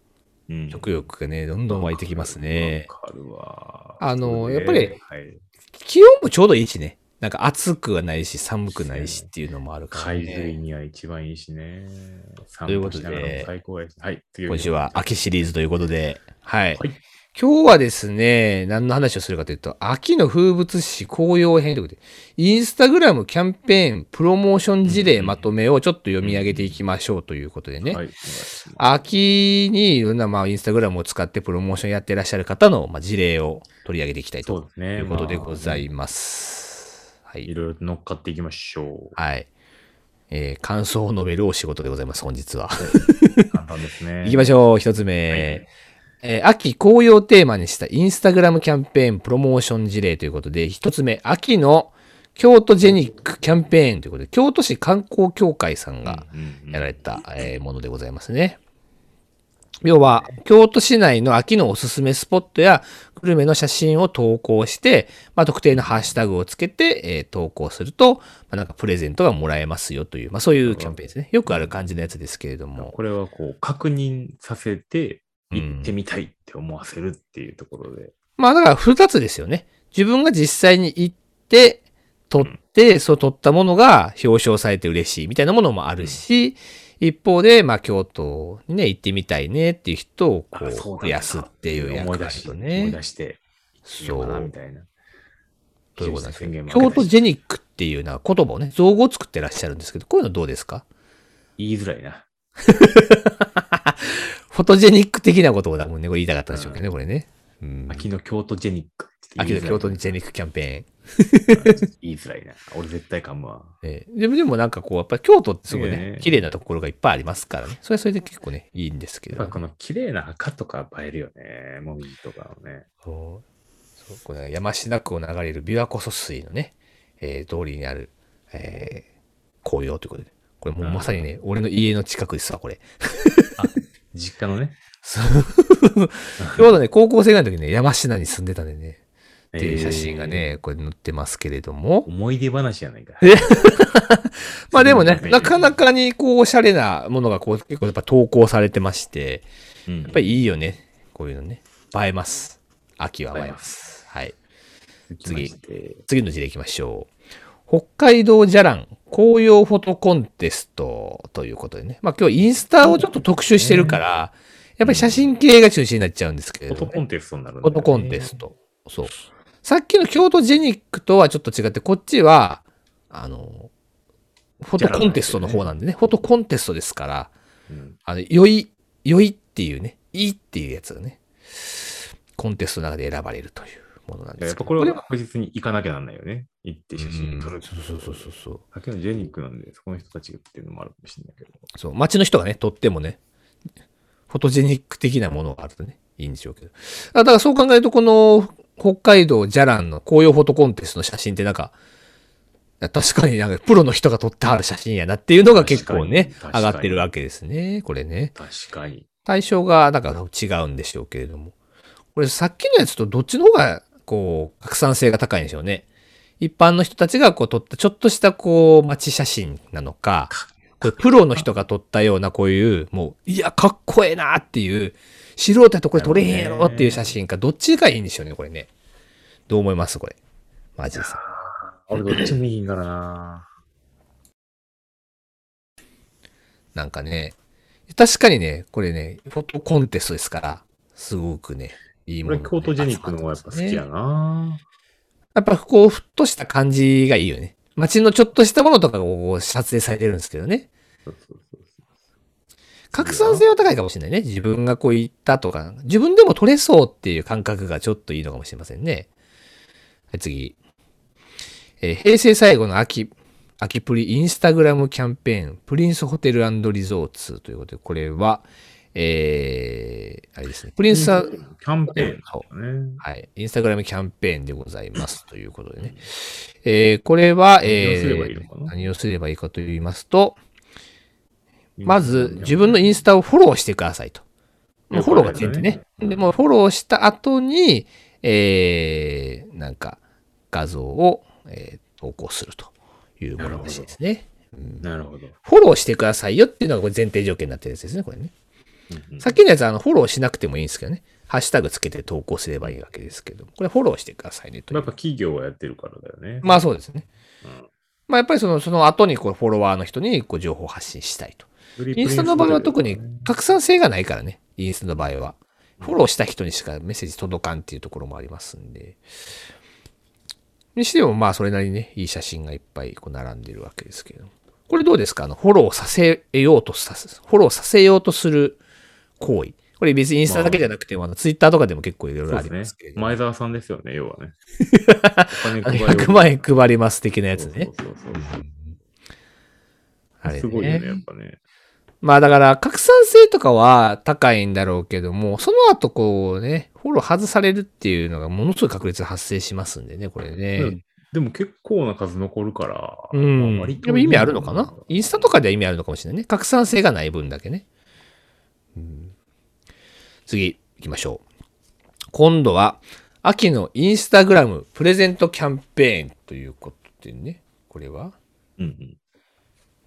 Speaker 1: うん
Speaker 2: 食欲がね、どんどん湧いてきますね。
Speaker 1: わかるわ。
Speaker 2: あの
Speaker 1: そうね
Speaker 2: やっぱり
Speaker 1: はい、
Speaker 2: 気温もちょうどいいしね。なんか暑くはないし、寒くないしっていうのもあるから、
Speaker 1: 海水
Speaker 2: ね。
Speaker 1: には一番いいしね。
Speaker 2: ということ
Speaker 1: 散歩し
Speaker 2: で
Speaker 1: ながらも最高やし。はい、次
Speaker 2: 今週は秋シリーズということで、はい。
Speaker 1: はい
Speaker 2: 今日はですね、何の話をするかというと、秋の風物詩紅葉編ということで、インスタグラムキャンペーンプロモーション事例まとめをちょっと読み上げていきましょうということでね。
Speaker 1: はい、お願いしま
Speaker 2: 秋にいろんな、まあ、インスタグラムを使ってプロモーションやってらっしゃる方の、まあ、事例を取り上げていきたい
Speaker 1: す。そう
Speaker 2: と
Speaker 1: ですね。
Speaker 2: いうことでござ
Speaker 1: ま
Speaker 2: います。は
Speaker 1: あ
Speaker 2: い
Speaker 1: い。ろいろ乗っかっていきましょ
Speaker 2: はい。えー感想を述べるお仕事でございます、本日は。
Speaker 1: う。簡単ですね。
Speaker 2: いきましょう、一つ目。えー秋紅葉をテーマにしたインスタグラムキャンペーンプロモーション事例ということで、一つ目、秋の京都ジェニックキャンペーンということで、京都市観光協会さんが
Speaker 1: うんうん
Speaker 2: やられた、えーものでございますね。要は、京都市内の秋のおすすめスポットやグルメの写真を投稿して、まあ、特定のハッシュタグをつけて、えー投稿すると、まあ、なんかプレゼントがもらえますよという、まあ、そういうキャンペーンですね。よくある感じのやつですけれども。
Speaker 1: これはこう、確認させて、
Speaker 2: うん
Speaker 1: 行ってみたいって思わせるっていうところで。
Speaker 2: まあだから二つですよね。自分が実際に行って、撮って、そう撮ったものが表彰されて嬉しいみたいなものもあるし、一方で、まあ京都にね、行ってみたいねっていう人を
Speaker 1: あそう
Speaker 2: こ
Speaker 1: だ
Speaker 2: う増やすっていう役
Speaker 1: 思い
Speaker 2: 割
Speaker 1: 出
Speaker 2: と
Speaker 1: し、思い
Speaker 2: ね
Speaker 1: 出。して、行
Speaker 2: そ
Speaker 1: こうかなみ
Speaker 2: う。
Speaker 1: たいな。
Speaker 2: ということなんです
Speaker 1: 宣
Speaker 2: け
Speaker 1: 言
Speaker 2: ど
Speaker 1: も
Speaker 2: 京都ジェニックっていうなんか言葉をね、造語を作ってらっしゃるんですけど、こういうのどうですか
Speaker 1: 言いづらいな。
Speaker 2: フォトジェニック的なことだもんね、これ言いたかったんでしょうけどね、これね。うん。
Speaker 1: 秋の京都ジェニックって言い
Speaker 2: 秋
Speaker 1: づら
Speaker 2: の
Speaker 1: い。
Speaker 2: 京都ジェニックキャンペーン。
Speaker 1: 言いづらいな。俺絶対噛むわ。
Speaker 2: えーでも、でもなんかこう、やっぱり京都ってすごい
Speaker 1: え
Speaker 2: ね
Speaker 1: え、
Speaker 2: 綺麗なところがいっぱいありますからね。それはそれで結構ね、いいんですけ
Speaker 1: やっ
Speaker 2: ど、
Speaker 1: ぱこの綺麗な赤とか映えるよね。モミジとかをね。
Speaker 2: そうそうこれ山科区を流れる琵琶湖疎水のね、えー通りにある、えー紅葉ということで。これもうまさにね、俺の家の近くですわ、これ。
Speaker 1: 実家のね。
Speaker 2: そうちょうどね、高校生ぐらいの時ね、山科に住んでたんでね、っていう写真がね、これ載ってますけれども。
Speaker 1: 思い出話やないか。
Speaker 2: まあでもね
Speaker 1: そ、う
Speaker 2: なかなかにこう、おしゃれなものがこう、結構やっぱ投稿されてまして、
Speaker 1: うん
Speaker 2: やっぱりいいよね。こういうのね。映えます。秋は
Speaker 1: 映
Speaker 2: 映え
Speaker 1: え
Speaker 2: ま。
Speaker 1: ます
Speaker 2: はい。
Speaker 1: 次。え
Speaker 2: 次の事例行きましょう。北海道じゃらん紅葉フォトコンテストということでね。まあ今日インスタをちょっと特集してるから、やっぱり写真系が中心になっちゃうんですけれ
Speaker 1: ーフォト
Speaker 2: ども
Speaker 1: コ
Speaker 2: ね、
Speaker 1: ンテストになるんだ
Speaker 2: フ
Speaker 1: よ
Speaker 2: ォ
Speaker 1: ね
Speaker 2: トコンテスト。そう。さっきの京都ジェニックとはちょっと違って、こっちは、あの、フォトコンテストの方なんでね、フォトコンテストですから、
Speaker 1: うん
Speaker 2: あの、良い、良いっていうね、いいっていうやつがね、コンテストの中で選ばれるというものなんで
Speaker 1: やっ
Speaker 2: す
Speaker 1: ぱ
Speaker 2: けど
Speaker 1: これは確実に行かなきゃなんないよね。行って写真撮る。
Speaker 2: そうそうそうそうそう。
Speaker 1: だけどジェニックなんで、そこの人たちがっていうのもあるかもしれないけど。
Speaker 2: そう、街の人がね、とってもね、フォトジェニック的なものがあるとね、いいんでしょうけど。あだからそう考えると、この北海道ジャランの紅葉フォトコンテストの写真ってなんか、確かになんかプロの人が撮ってある写真やなっていうのが結構ね、
Speaker 1: 確かに確か
Speaker 2: 上
Speaker 1: に
Speaker 2: がってるわけですね、これね。
Speaker 1: 確かに。
Speaker 2: 対象がなんか違うんでしょうけれども。これさっきのやつとどっちの方がこう拡散性が高いんでしょうね。一般の人たちがこう撮ったちょっとしたこう街写真なのか、これプロの人が撮ったようなこういうもういやかっこええなっていう素人やとこれ撮れへんやろっていう写真かどっちがいいんでしょうねこれね。どう思いますこれ。マジでさ。
Speaker 1: 俺どっちもいいんから な。
Speaker 2: なんかね。確かにね、これね、フォトコンテストですから、すごくね、いいも
Speaker 1: 俺、
Speaker 2: の
Speaker 1: 京都ジェニックの方がやっぱ好きやな。
Speaker 2: やっぱこう、ふっとした感じがいいよね。街のちょっとしたものとかを撮影されてるんですけどね。
Speaker 1: そうそうそうそう
Speaker 2: 拡散性は高いかもしれないね。自分がこう行ったとか、自分でも撮れそうっていう感覚がちょっといいのかもしれませんね。はい、次。えー平成最後の秋、秋プリインスタグラムキャンペーン、プリンスホテルリゾーツということで、これは、えー、あれですね。プリンスさん、
Speaker 1: キャンペーンだよね。
Speaker 2: はい。インスタグラムキャンペーンでございます。ということでね。えーこれは、え
Speaker 1: 何をすれ
Speaker 2: ー
Speaker 1: ばいいのかな
Speaker 2: 何をすればいいかと言いますと、まず自分のインスタをフォローしてくださいと。もうフォローが全然ね。で、もうフォローした後に、えー、なんか画像を、えー投稿するというものらしいですね。
Speaker 1: なるほど。
Speaker 2: フォローしてくださいよっていうのがこれ前提条件になってるやつですね、これね。
Speaker 1: うんうん
Speaker 2: さっきのやつはあのフォローしなくてもいいんですけどね。ハッシュタグつけて投稿すればいいわけですけども、これフォローしてくださいねとい
Speaker 1: や
Speaker 2: う
Speaker 1: っぱ企業がやってるからだよね。
Speaker 2: まあそうですね。
Speaker 1: うん
Speaker 2: まあやっぱりそのその後にこうフォロワーの人にこう情報を発信したいと。インスタの場合は特に拡散性がないからね、インスタの場合は。フォローした人にしかメッセージ届かんっていうところもありますんで。にしてもまあそれなりにね、いい写真がいっぱいこう並んでるわけですけど。これどうですかあの、フォローさせようとさす、フォローさせようとする行為。これ別にインスタだけじゃなくても、あのツイッターとかでも結構いろいろ
Speaker 1: そう
Speaker 2: あ
Speaker 1: で
Speaker 2: り
Speaker 1: す
Speaker 2: ま
Speaker 1: ね
Speaker 2: すけれ。ども。
Speaker 1: 前澤さんですよね、要は ね。お金
Speaker 2: あの
Speaker 1: 配る
Speaker 2: 100万円配り ます的なやつね。
Speaker 1: そうそうそうそう
Speaker 2: あれね
Speaker 1: すごいよね、やっぱね。
Speaker 2: まあだから、拡散性とかは高いんだろうけども、その後こうね、フォロー外されるっていうのがものすごい確率で発生しますんでね、これね。
Speaker 1: でも結構な数残るから、
Speaker 2: うん。
Speaker 1: まあ
Speaker 2: でも意味あるのかなインスタとかでは意味あるのかもしれないね。拡散性がない分だけね。うん次、行きましょう。今度は、秋のインスタグラムプレゼントキャンペーンということでね、これは
Speaker 1: うんうん。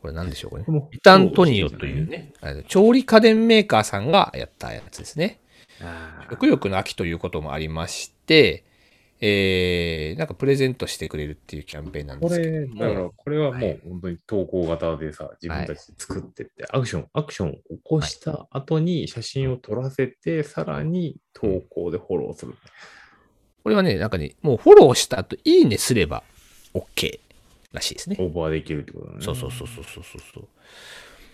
Speaker 2: これ何でしょうこれ
Speaker 1: これも
Speaker 2: ビタントニオというね、あの調理家電メーカーさんがやったやつですね。
Speaker 1: あー
Speaker 2: 食欲の秋ということもありまして、えー、なんかプレゼントしてくれるっていうキャンペーンなんで
Speaker 1: こ
Speaker 2: すけ
Speaker 1: れ、
Speaker 2: ど
Speaker 1: だ
Speaker 2: も
Speaker 1: からこれは
Speaker 2: は
Speaker 1: もう本当に投稿型でさ、自分たちで作ってって、アクション、アクションを起こした後に写真を撮らせて、さらに投稿でフォローする。
Speaker 2: これはね、なんかね、もうフォローした後、いいねすれば OK らしいですね。
Speaker 1: オーバーできるってことだね。
Speaker 2: そうそうそうそうそうそうそう。
Speaker 1: い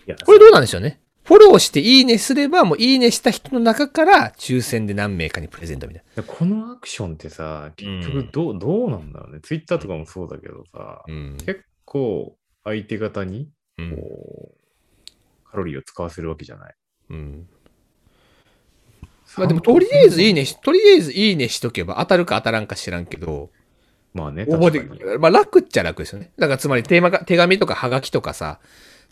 Speaker 1: や
Speaker 2: これどうなんでしょうね。フォローしていいねすれば、もういいねした人の中から抽選で何名かにプレゼントみたい
Speaker 1: でこのアクションってさ、結
Speaker 2: う
Speaker 1: 局
Speaker 2: ん
Speaker 1: どう,、どうなんだろうね。ツイッターとかもそうだけどさ、
Speaker 2: な。うん。
Speaker 1: 結構相手方に
Speaker 2: うん
Speaker 1: こう、カロリーを使わせるわけじゃない。
Speaker 2: うん。まあでも、とりあえずいいねし、とりあえずいいねしとけば当たるか当たらんか知らんけど、
Speaker 1: まあね、
Speaker 2: 応募で
Speaker 1: 確かに
Speaker 2: まあ楽っちゃ楽ですよね。だからつまりテーマが手紙とかハガキとかさ、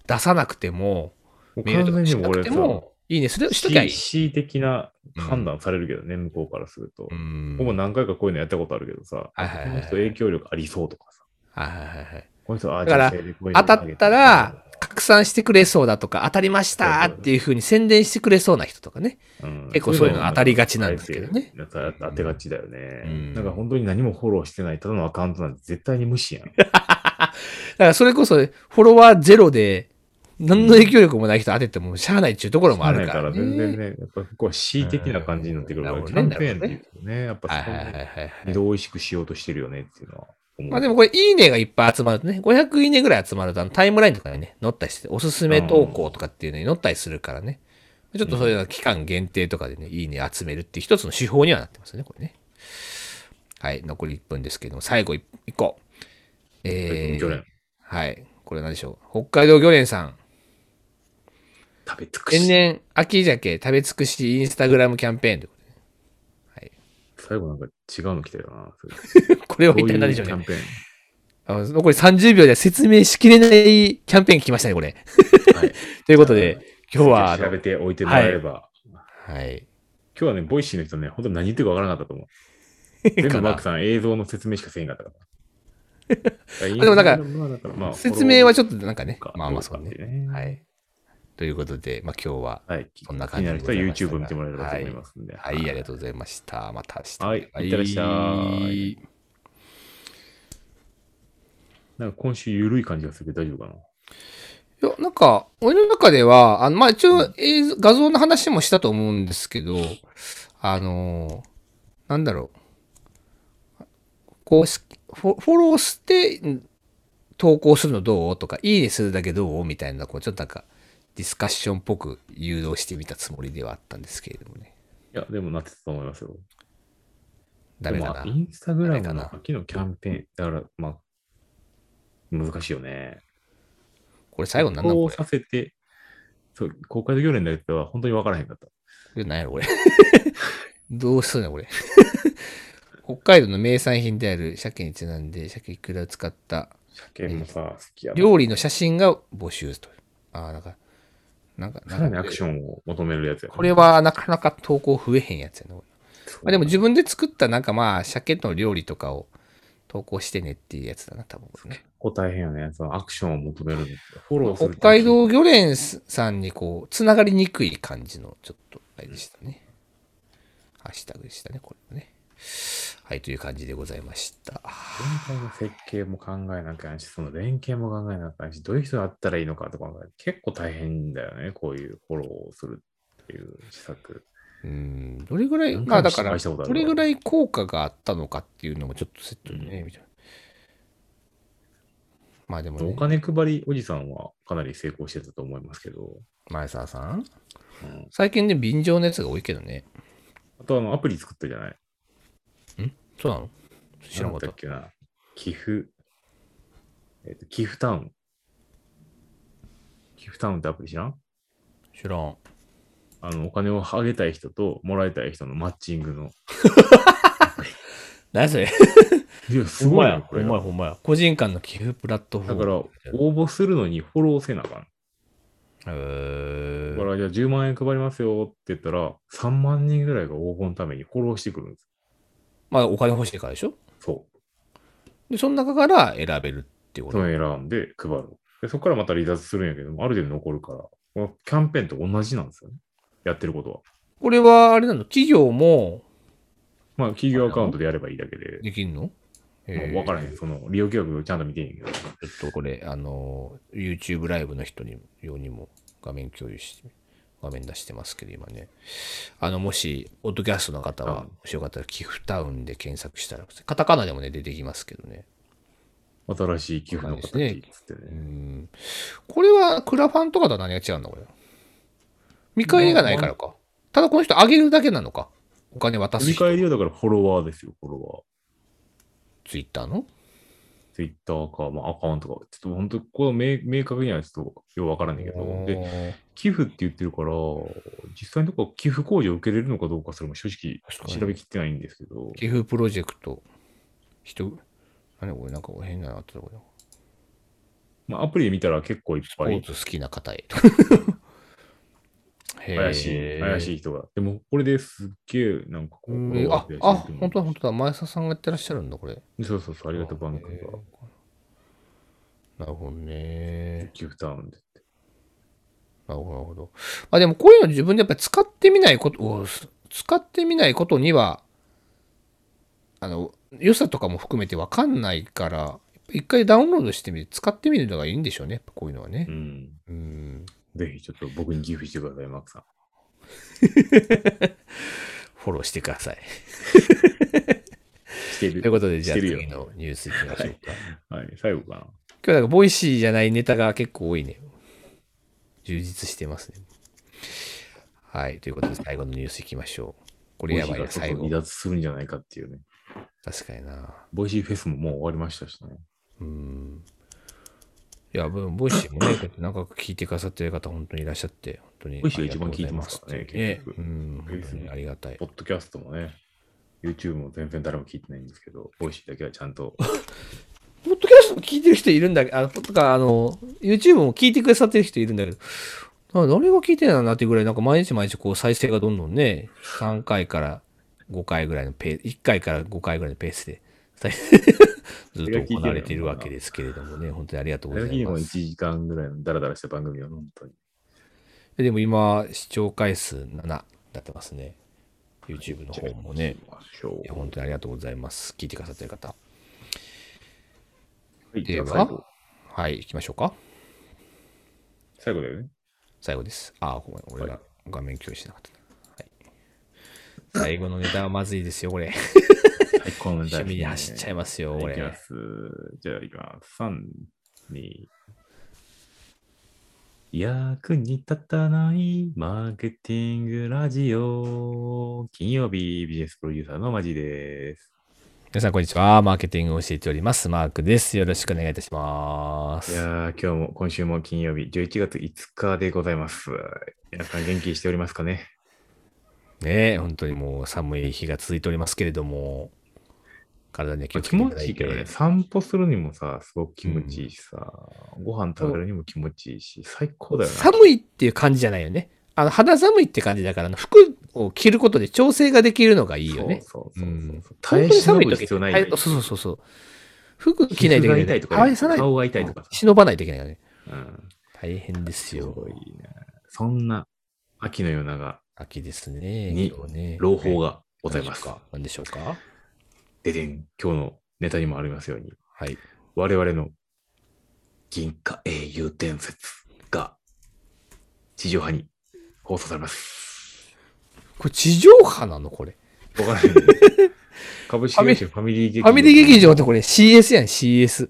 Speaker 2: 出さなくても、
Speaker 1: もう
Speaker 2: メー
Speaker 1: 完
Speaker 2: ルと
Speaker 1: 全
Speaker 2: か
Speaker 1: に
Speaker 2: し
Speaker 1: も
Speaker 2: な
Speaker 1: う
Speaker 2: く
Speaker 1: 俺
Speaker 2: て
Speaker 1: さ、
Speaker 2: も、いいね。それをしときゃいい。
Speaker 1: C 的な判断されるけどね、向こうからすると
Speaker 2: う。ん。
Speaker 1: 僕も何回かこういうのやったことあるけどさ、
Speaker 2: はいはい
Speaker 1: こ
Speaker 2: はい
Speaker 1: の人影響力ありそうとかさ、
Speaker 2: はいはいはいはい。
Speaker 1: この人、あ
Speaker 2: だから
Speaker 1: 女性でこういうの
Speaker 2: 当たったら、拡散してくれそうだとか、当たりましたっていうふうに宣伝してくれそうな人とかね。
Speaker 1: うん
Speaker 2: 結構そういうの当たりがちなんですけどね。
Speaker 1: なんか当てがちだよね。
Speaker 2: うん
Speaker 1: なんか本当に何もフォローしてない、ただのアカウントなんて絶対に無視やん。
Speaker 2: だからそれこそ、フォロワーゼロで、何の影響力もない人当ててもしゃあないっていうところもあるから、ね。
Speaker 1: だ全然ね、やっぱここは C 的な感じになってくるから、
Speaker 2: うん
Speaker 1: キャンペーンっていうとね、やっぱ
Speaker 2: はい
Speaker 1: そ
Speaker 2: はいはい
Speaker 1: こ
Speaker 2: はい
Speaker 1: 二度美味しくしようとしてるよねっていうのは思う。
Speaker 2: まあでもこれ、いいねがいっぱい集まるとね、500いいねぐらい集まると、あのタイムラインとかにね、載ったりして、おすすめ投稿とかっていうのに載ったりするからね。ちょっとそういうのは期間限定とかでね、いいね集めるっていう一つの手法にはなってますよね、これね。はい、残り1分ですけども、最後1個。え
Speaker 1: 去
Speaker 2: ー
Speaker 1: 年、
Speaker 2: はい、これ何でしょう。北海道漁連さん。
Speaker 1: 食べ尽く
Speaker 2: 天
Speaker 1: し。
Speaker 2: 然秋鮭食べ尽くしインスタグラムキャンペーンということ
Speaker 1: 最後なんか違うの来たよな。それ
Speaker 2: で。 これは
Speaker 1: ど
Speaker 2: 一
Speaker 1: ういう
Speaker 2: 体何でしょう
Speaker 1: キ
Speaker 2: ね
Speaker 1: ャ。ンペーン。
Speaker 2: あの残り30秒では説明しきれないキャンペーン来ましたね、これ。
Speaker 1: はい
Speaker 2: ということで、今日は、あ
Speaker 1: 調
Speaker 2: の
Speaker 1: べておいてもらえれば。
Speaker 2: はい。
Speaker 1: 今日はね、ボイシーの人ね、本当に何言ってるかわからなかったと思う。全部マークさん映像の説明しかせんかったから。
Speaker 2: でもなんか
Speaker 1: か
Speaker 2: 説明はち
Speaker 1: ょっ
Speaker 2: ょっとなんかね、まあまあそうね。は。い。ということで、まあ今日は、
Speaker 1: はい。
Speaker 2: そんな
Speaker 1: 気
Speaker 2: 感
Speaker 1: に
Speaker 2: じ
Speaker 1: な
Speaker 2: で
Speaker 1: る
Speaker 2: ご
Speaker 1: 人
Speaker 2: ざ
Speaker 1: はい YouTube
Speaker 2: ました
Speaker 1: 見てもらえればと思いますんで。
Speaker 2: はい、ありがとうございました。また明日。
Speaker 1: はいいってらっしゃいなんか今週緩い感じがするけど大丈夫かない
Speaker 2: や、なんか、俺の中では、あの、まあ、一応映像、画像の話もしたと思うんですけど、あのーなんだろう。こうしフォ、フォローして、ん投稿するのどうとか、いいねするだけどうみたいな、こう、ちょっとなんか、ディスカッションっぽく誘導してみたつもりではあったんですけれどもね。
Speaker 1: いや、でもなってたと思いますよ。
Speaker 2: ダメかな
Speaker 1: でも。インスタグラム
Speaker 2: ダメか
Speaker 1: の
Speaker 2: な
Speaker 1: 秋のキャンペーン、だから、まあ、難しいよね。
Speaker 2: これ最後なんなん
Speaker 1: こ
Speaker 2: こ
Speaker 1: う
Speaker 2: れ
Speaker 1: させて、そう、公開の行連のやつは本当に分からへんかった。
Speaker 2: これ何やろこれ。 どうするのこれ。 北海道の名産品である鮭にちなんで、鮭いくらを使った
Speaker 1: 鮭もさ、好きやな。
Speaker 2: 料理の写真が募集と。ああ、なんか、なんか、
Speaker 1: さらに
Speaker 2: な
Speaker 1: ア
Speaker 2: んか
Speaker 1: クションを求めるやつやな
Speaker 2: これ、はなかなか投稿増えへんやつやな。これまあでも
Speaker 1: じ
Speaker 2: 自分で作ったなんかまあ、鮭の料理とかを投稿してねっていうやつだな、多分ね。
Speaker 1: こう大変よね。そのアクションを求めるのって。フォローする
Speaker 2: 北海道漁連さんにこう、つながりにくい感じの、ちょっと、あれでしたね。ハッシュタグでしたね、これね。はい、という感じでございました。
Speaker 1: 全体の設計も考えなきゃいけないし、その連携も考えなきゃいけないし、どういう人だったらいいのかとか考えて、結構大変だよね。こういうフォローをするっていう施策。
Speaker 2: うん、どれぐらい、
Speaker 1: 何
Speaker 2: ま
Speaker 1: 回
Speaker 2: あ
Speaker 1: も
Speaker 2: だか
Speaker 1: 失
Speaker 2: ら、
Speaker 1: 敗したことある
Speaker 2: どれぐらい効果があったのかっていうのもちょっとセットでね、みたいな。まあでも、
Speaker 1: お
Speaker 2: ね、
Speaker 1: 金配りおじさんはかなり成功してたと思いますけど、
Speaker 2: 前澤さん
Speaker 1: うん
Speaker 2: 最近ね、便乗のやつが多いけどね。
Speaker 1: あとあのアプリ作ったじゃない
Speaker 2: そうなの知らなかっ
Speaker 1: なんだ
Speaker 2: た
Speaker 1: っ。けな。寄付、えっ、と、寄付タウン。寄付タウンってアプリ知らん
Speaker 2: 知らん。
Speaker 1: あの、お金をあげたい人ともらいたい人のマッチングの。
Speaker 2: 何 それ
Speaker 1: いや、すごい
Speaker 2: ほんま
Speaker 1: な、
Speaker 2: や
Speaker 1: これ
Speaker 2: ほん
Speaker 1: が。
Speaker 2: まや、ほんまや。個人間の寄付プラットフォ
Speaker 1: だ
Speaker 2: ーム。
Speaker 1: から、応募するのにフォローせなあかん。
Speaker 2: へー
Speaker 1: だから、じゃあ10万円配りますよって言ったら、3万人ぐらいが応募のためにフォローしてくるんです。
Speaker 2: まあ、お金欲しいからでしょ
Speaker 1: そ
Speaker 2: で、その中から選べるってい
Speaker 1: う。
Speaker 2: うこ
Speaker 1: そ
Speaker 2: と。
Speaker 1: の選んで配る。で、そこからまた離脱するんやけども、ある程度残るから、このキャンペーンと同じなんですよね。やってることは。
Speaker 2: これは、あれなの企業も
Speaker 1: まあ、企業アカウントでやればいいだけで、
Speaker 2: できんのえ
Speaker 1: 分からへん。その、利用記録をちゃんと見てんやけど。
Speaker 2: ちょっとこれ、あの、YouTube ライブの人に用にも画面共有して、画面出してますけど、今ね。あの、もし、オッドキャストの方
Speaker 1: う
Speaker 2: は、
Speaker 1: ん
Speaker 2: もしよかったら、寄付タウンで検索したら、カタカナでもね、出てきますけどね。
Speaker 1: 新しい寄付の形
Speaker 2: そうですね
Speaker 1: っつって
Speaker 2: う
Speaker 1: ね。
Speaker 2: ん。これは、クラファンとかとは何が違うんだ、これ。見返りがないからか。ただ、この人、あげるだけなのか。お金渡す
Speaker 1: 振り返
Speaker 2: 人。
Speaker 1: りはだからフォロワーですよ、フォロ
Speaker 2: ツイッターの
Speaker 1: ワー。ツイッターか、まあ、アカウントか。ちょっと本当、ここは明明確にはちょっとよくわからんねんけど。で、
Speaker 2: で
Speaker 1: 寄付って言ってるから、実際のところ寄付控除を受けれるのかどうかそれも正直
Speaker 2: 確かに
Speaker 1: 調べきってないんですけど、
Speaker 2: 寄付プロジェクト、人、何これ、なんか変なのあったぞこれ。
Speaker 1: まあ、アプリで見たら結構いっ
Speaker 2: スポ
Speaker 1: ぱい
Speaker 2: ーツ好きな方へ。へー
Speaker 1: 怪しい、怪しい人が。でも、これですっげえ、なんかこう、
Speaker 2: へーあ、あ、本当だ、本当だ。前澤さんがやってらっしゃるんだ、これ。
Speaker 1: 当そうそうそう、ありがとう番組
Speaker 2: へ
Speaker 1: が、
Speaker 2: ーなるほどね。
Speaker 1: ギフタウンで。
Speaker 2: なるほど、なるほど。あ、でもこういうの自分でやっぱり使ってみないことを、す使ってみないことには、あの、良さとかも含めてわかんないから、やっぱ一回ダウンロードしてみて、使ってみるのがいいんでしょうね。やっぱこういうのはね
Speaker 1: う。ん。
Speaker 2: うん。
Speaker 1: ぜひ、ちょっと僕に寄付してください、マークさん。
Speaker 2: フォローしてください。
Speaker 1: して
Speaker 2: という
Speaker 1: る。
Speaker 2: ことで、じゃあ
Speaker 1: してるよ
Speaker 2: 次のニュースいきましょうか。
Speaker 1: はい、最後かな。
Speaker 2: 今日なんかボイシーじゃないネタが結構多いね。充実してますね。はい。ということで、最後のニュースいきましょう。これやばい
Speaker 1: ボ
Speaker 2: な、
Speaker 1: イシーがちょっと
Speaker 2: 最
Speaker 1: 離
Speaker 2: 後。
Speaker 1: 脱するんじゃないかっていうね。
Speaker 2: 確かにな。
Speaker 1: ボイシーフェスももう終わりましたしね。
Speaker 2: うん。いや、もうボイシーもね、こうやって長く聞いてくださってる方、本当にいらっしゃって、本当に。
Speaker 1: ボイシーが一番聞いてますからね
Speaker 2: ありがとうございます
Speaker 1: 結局
Speaker 2: うん。本当にありがたい
Speaker 1: ポ。ッドキャストもね、YouTube も全然誰も聞いてないんですけど、ボイシーだけはちゃんと。
Speaker 2: ポッドキャスト聞いてる人いるんだけど、あの、とか、あの、YouTube も聞いてくださってる人いるんだけど、あ誰が聞いてんだなってぐらい、なんか毎日毎日こう再生がどんどんね、3回から5回ぐらいのペース、1回から5回ぐらいのペースで、再生 ずっと行われているわけですけれどもね、本当にありがとうござ
Speaker 1: 最
Speaker 2: い
Speaker 1: 近も
Speaker 2: ま
Speaker 1: 1
Speaker 2: す。
Speaker 1: 時間ぐらいのダラダラした番組を本当に。
Speaker 2: でも今、視聴回数7になってますね。YouTube の方も
Speaker 1: 行
Speaker 2: ね。
Speaker 1: きましょ
Speaker 2: いや、本当にありがとうございます。聞いてくださってる方。
Speaker 1: う。はい、じ
Speaker 2: で
Speaker 1: ゃあ
Speaker 2: は
Speaker 1: 最後。
Speaker 2: はい、行きましょうか。
Speaker 1: 最後だよね。
Speaker 2: 最後です。ああ、ごめん、俺が画面共有しなかったな。はい。最後のネタはまずいですよ、これ。
Speaker 1: 最高の
Speaker 2: 趣味に走っちゃい
Speaker 1: ま
Speaker 2: ますよ、こ
Speaker 1: いき
Speaker 2: れ
Speaker 1: ま。す。じゃあ、いきます。3、2、役に立たないマーケティングラジオ。金曜日、ビジネスプロデューサーのマジです。
Speaker 2: 皆さん、こんにちは。マーケティングを教えております。マークです。よろしくお願いいたしま
Speaker 1: い
Speaker 2: す。
Speaker 1: やー、今日も、今週も金曜日、11月5日でございます。皆さん元気にしておりますかね。
Speaker 2: ねえ、本当にもう寒い日が続いておりますけれども、体には気をつ
Speaker 1: 気
Speaker 2: けてい
Speaker 1: 持
Speaker 2: ただ
Speaker 1: ちい
Speaker 2: い
Speaker 1: いけどね、
Speaker 2: て。
Speaker 1: 散歩するにもさ、すごく気持ちいいしさ、ご飯食べるにも気持ちいいし、最高だよな。
Speaker 2: 寒いっていう感じじゃないよね。あの肌寒いって感じだからあの、服を着ることで調整ができるのがい
Speaker 1: い
Speaker 2: いよね。
Speaker 1: そうそうそうそう
Speaker 2: うん
Speaker 1: 耐え忍ぶ必要ないよね
Speaker 2: 本当に寒い時って耐えそうそうそうそう。服着な
Speaker 1: 膝
Speaker 2: いとい
Speaker 1: が
Speaker 2: けな
Speaker 1: 痛
Speaker 2: い
Speaker 1: いと
Speaker 2: から。
Speaker 1: か
Speaker 2: 返さな
Speaker 1: ね、
Speaker 2: いと
Speaker 1: 顔が痛いとかさ。
Speaker 2: 忍ばないといけないからね。
Speaker 1: うん。
Speaker 2: 大変です
Speaker 1: す
Speaker 2: よ
Speaker 1: ご。いね。そんな秋の夜長、
Speaker 2: 秋ですね。
Speaker 1: に
Speaker 2: 今日ね
Speaker 1: 朗報
Speaker 2: が
Speaker 1: がございます。
Speaker 2: 何でしょうか
Speaker 1: ででん、今日のネタにもありますように、
Speaker 2: はい。
Speaker 1: 我々の銀貨英雄伝説が地上波に放送されます。
Speaker 2: これ地上波なのこれ。
Speaker 1: わからないね、株式 会社ファミリー劇
Speaker 2: ファミリー劇場ってこれ CS やん、
Speaker 1: フ
Speaker 2: CS。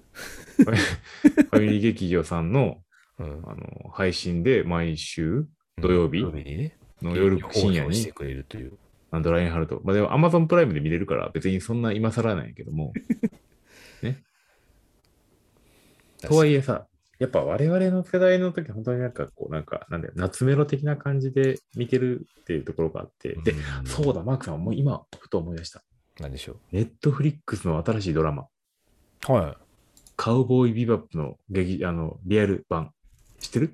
Speaker 1: ァミリー劇場さんの
Speaker 2: うん。
Speaker 1: あの配信で毎週土曜日
Speaker 2: 土曜日にね。
Speaker 1: の夜深夜
Speaker 2: 放送して
Speaker 1: に
Speaker 2: くれるという。
Speaker 1: あのドラインハルト。まあでも Amazon プライムで見れるから別にそんな今更なんやけども。とはいえさ、やっぱ我々の世代の時本当になんかこうなんかなんだよ夏メロ的な感じで見てるっていうところがあって。
Speaker 2: うん
Speaker 1: で、そうだ、マークさんもう今ふと思い出した。
Speaker 2: 何でしょ
Speaker 1: ネットフリックスの新しいドラマ、
Speaker 2: う。は
Speaker 1: カウボーイビバップの劇あのリアル版。知ってる
Speaker 2: い。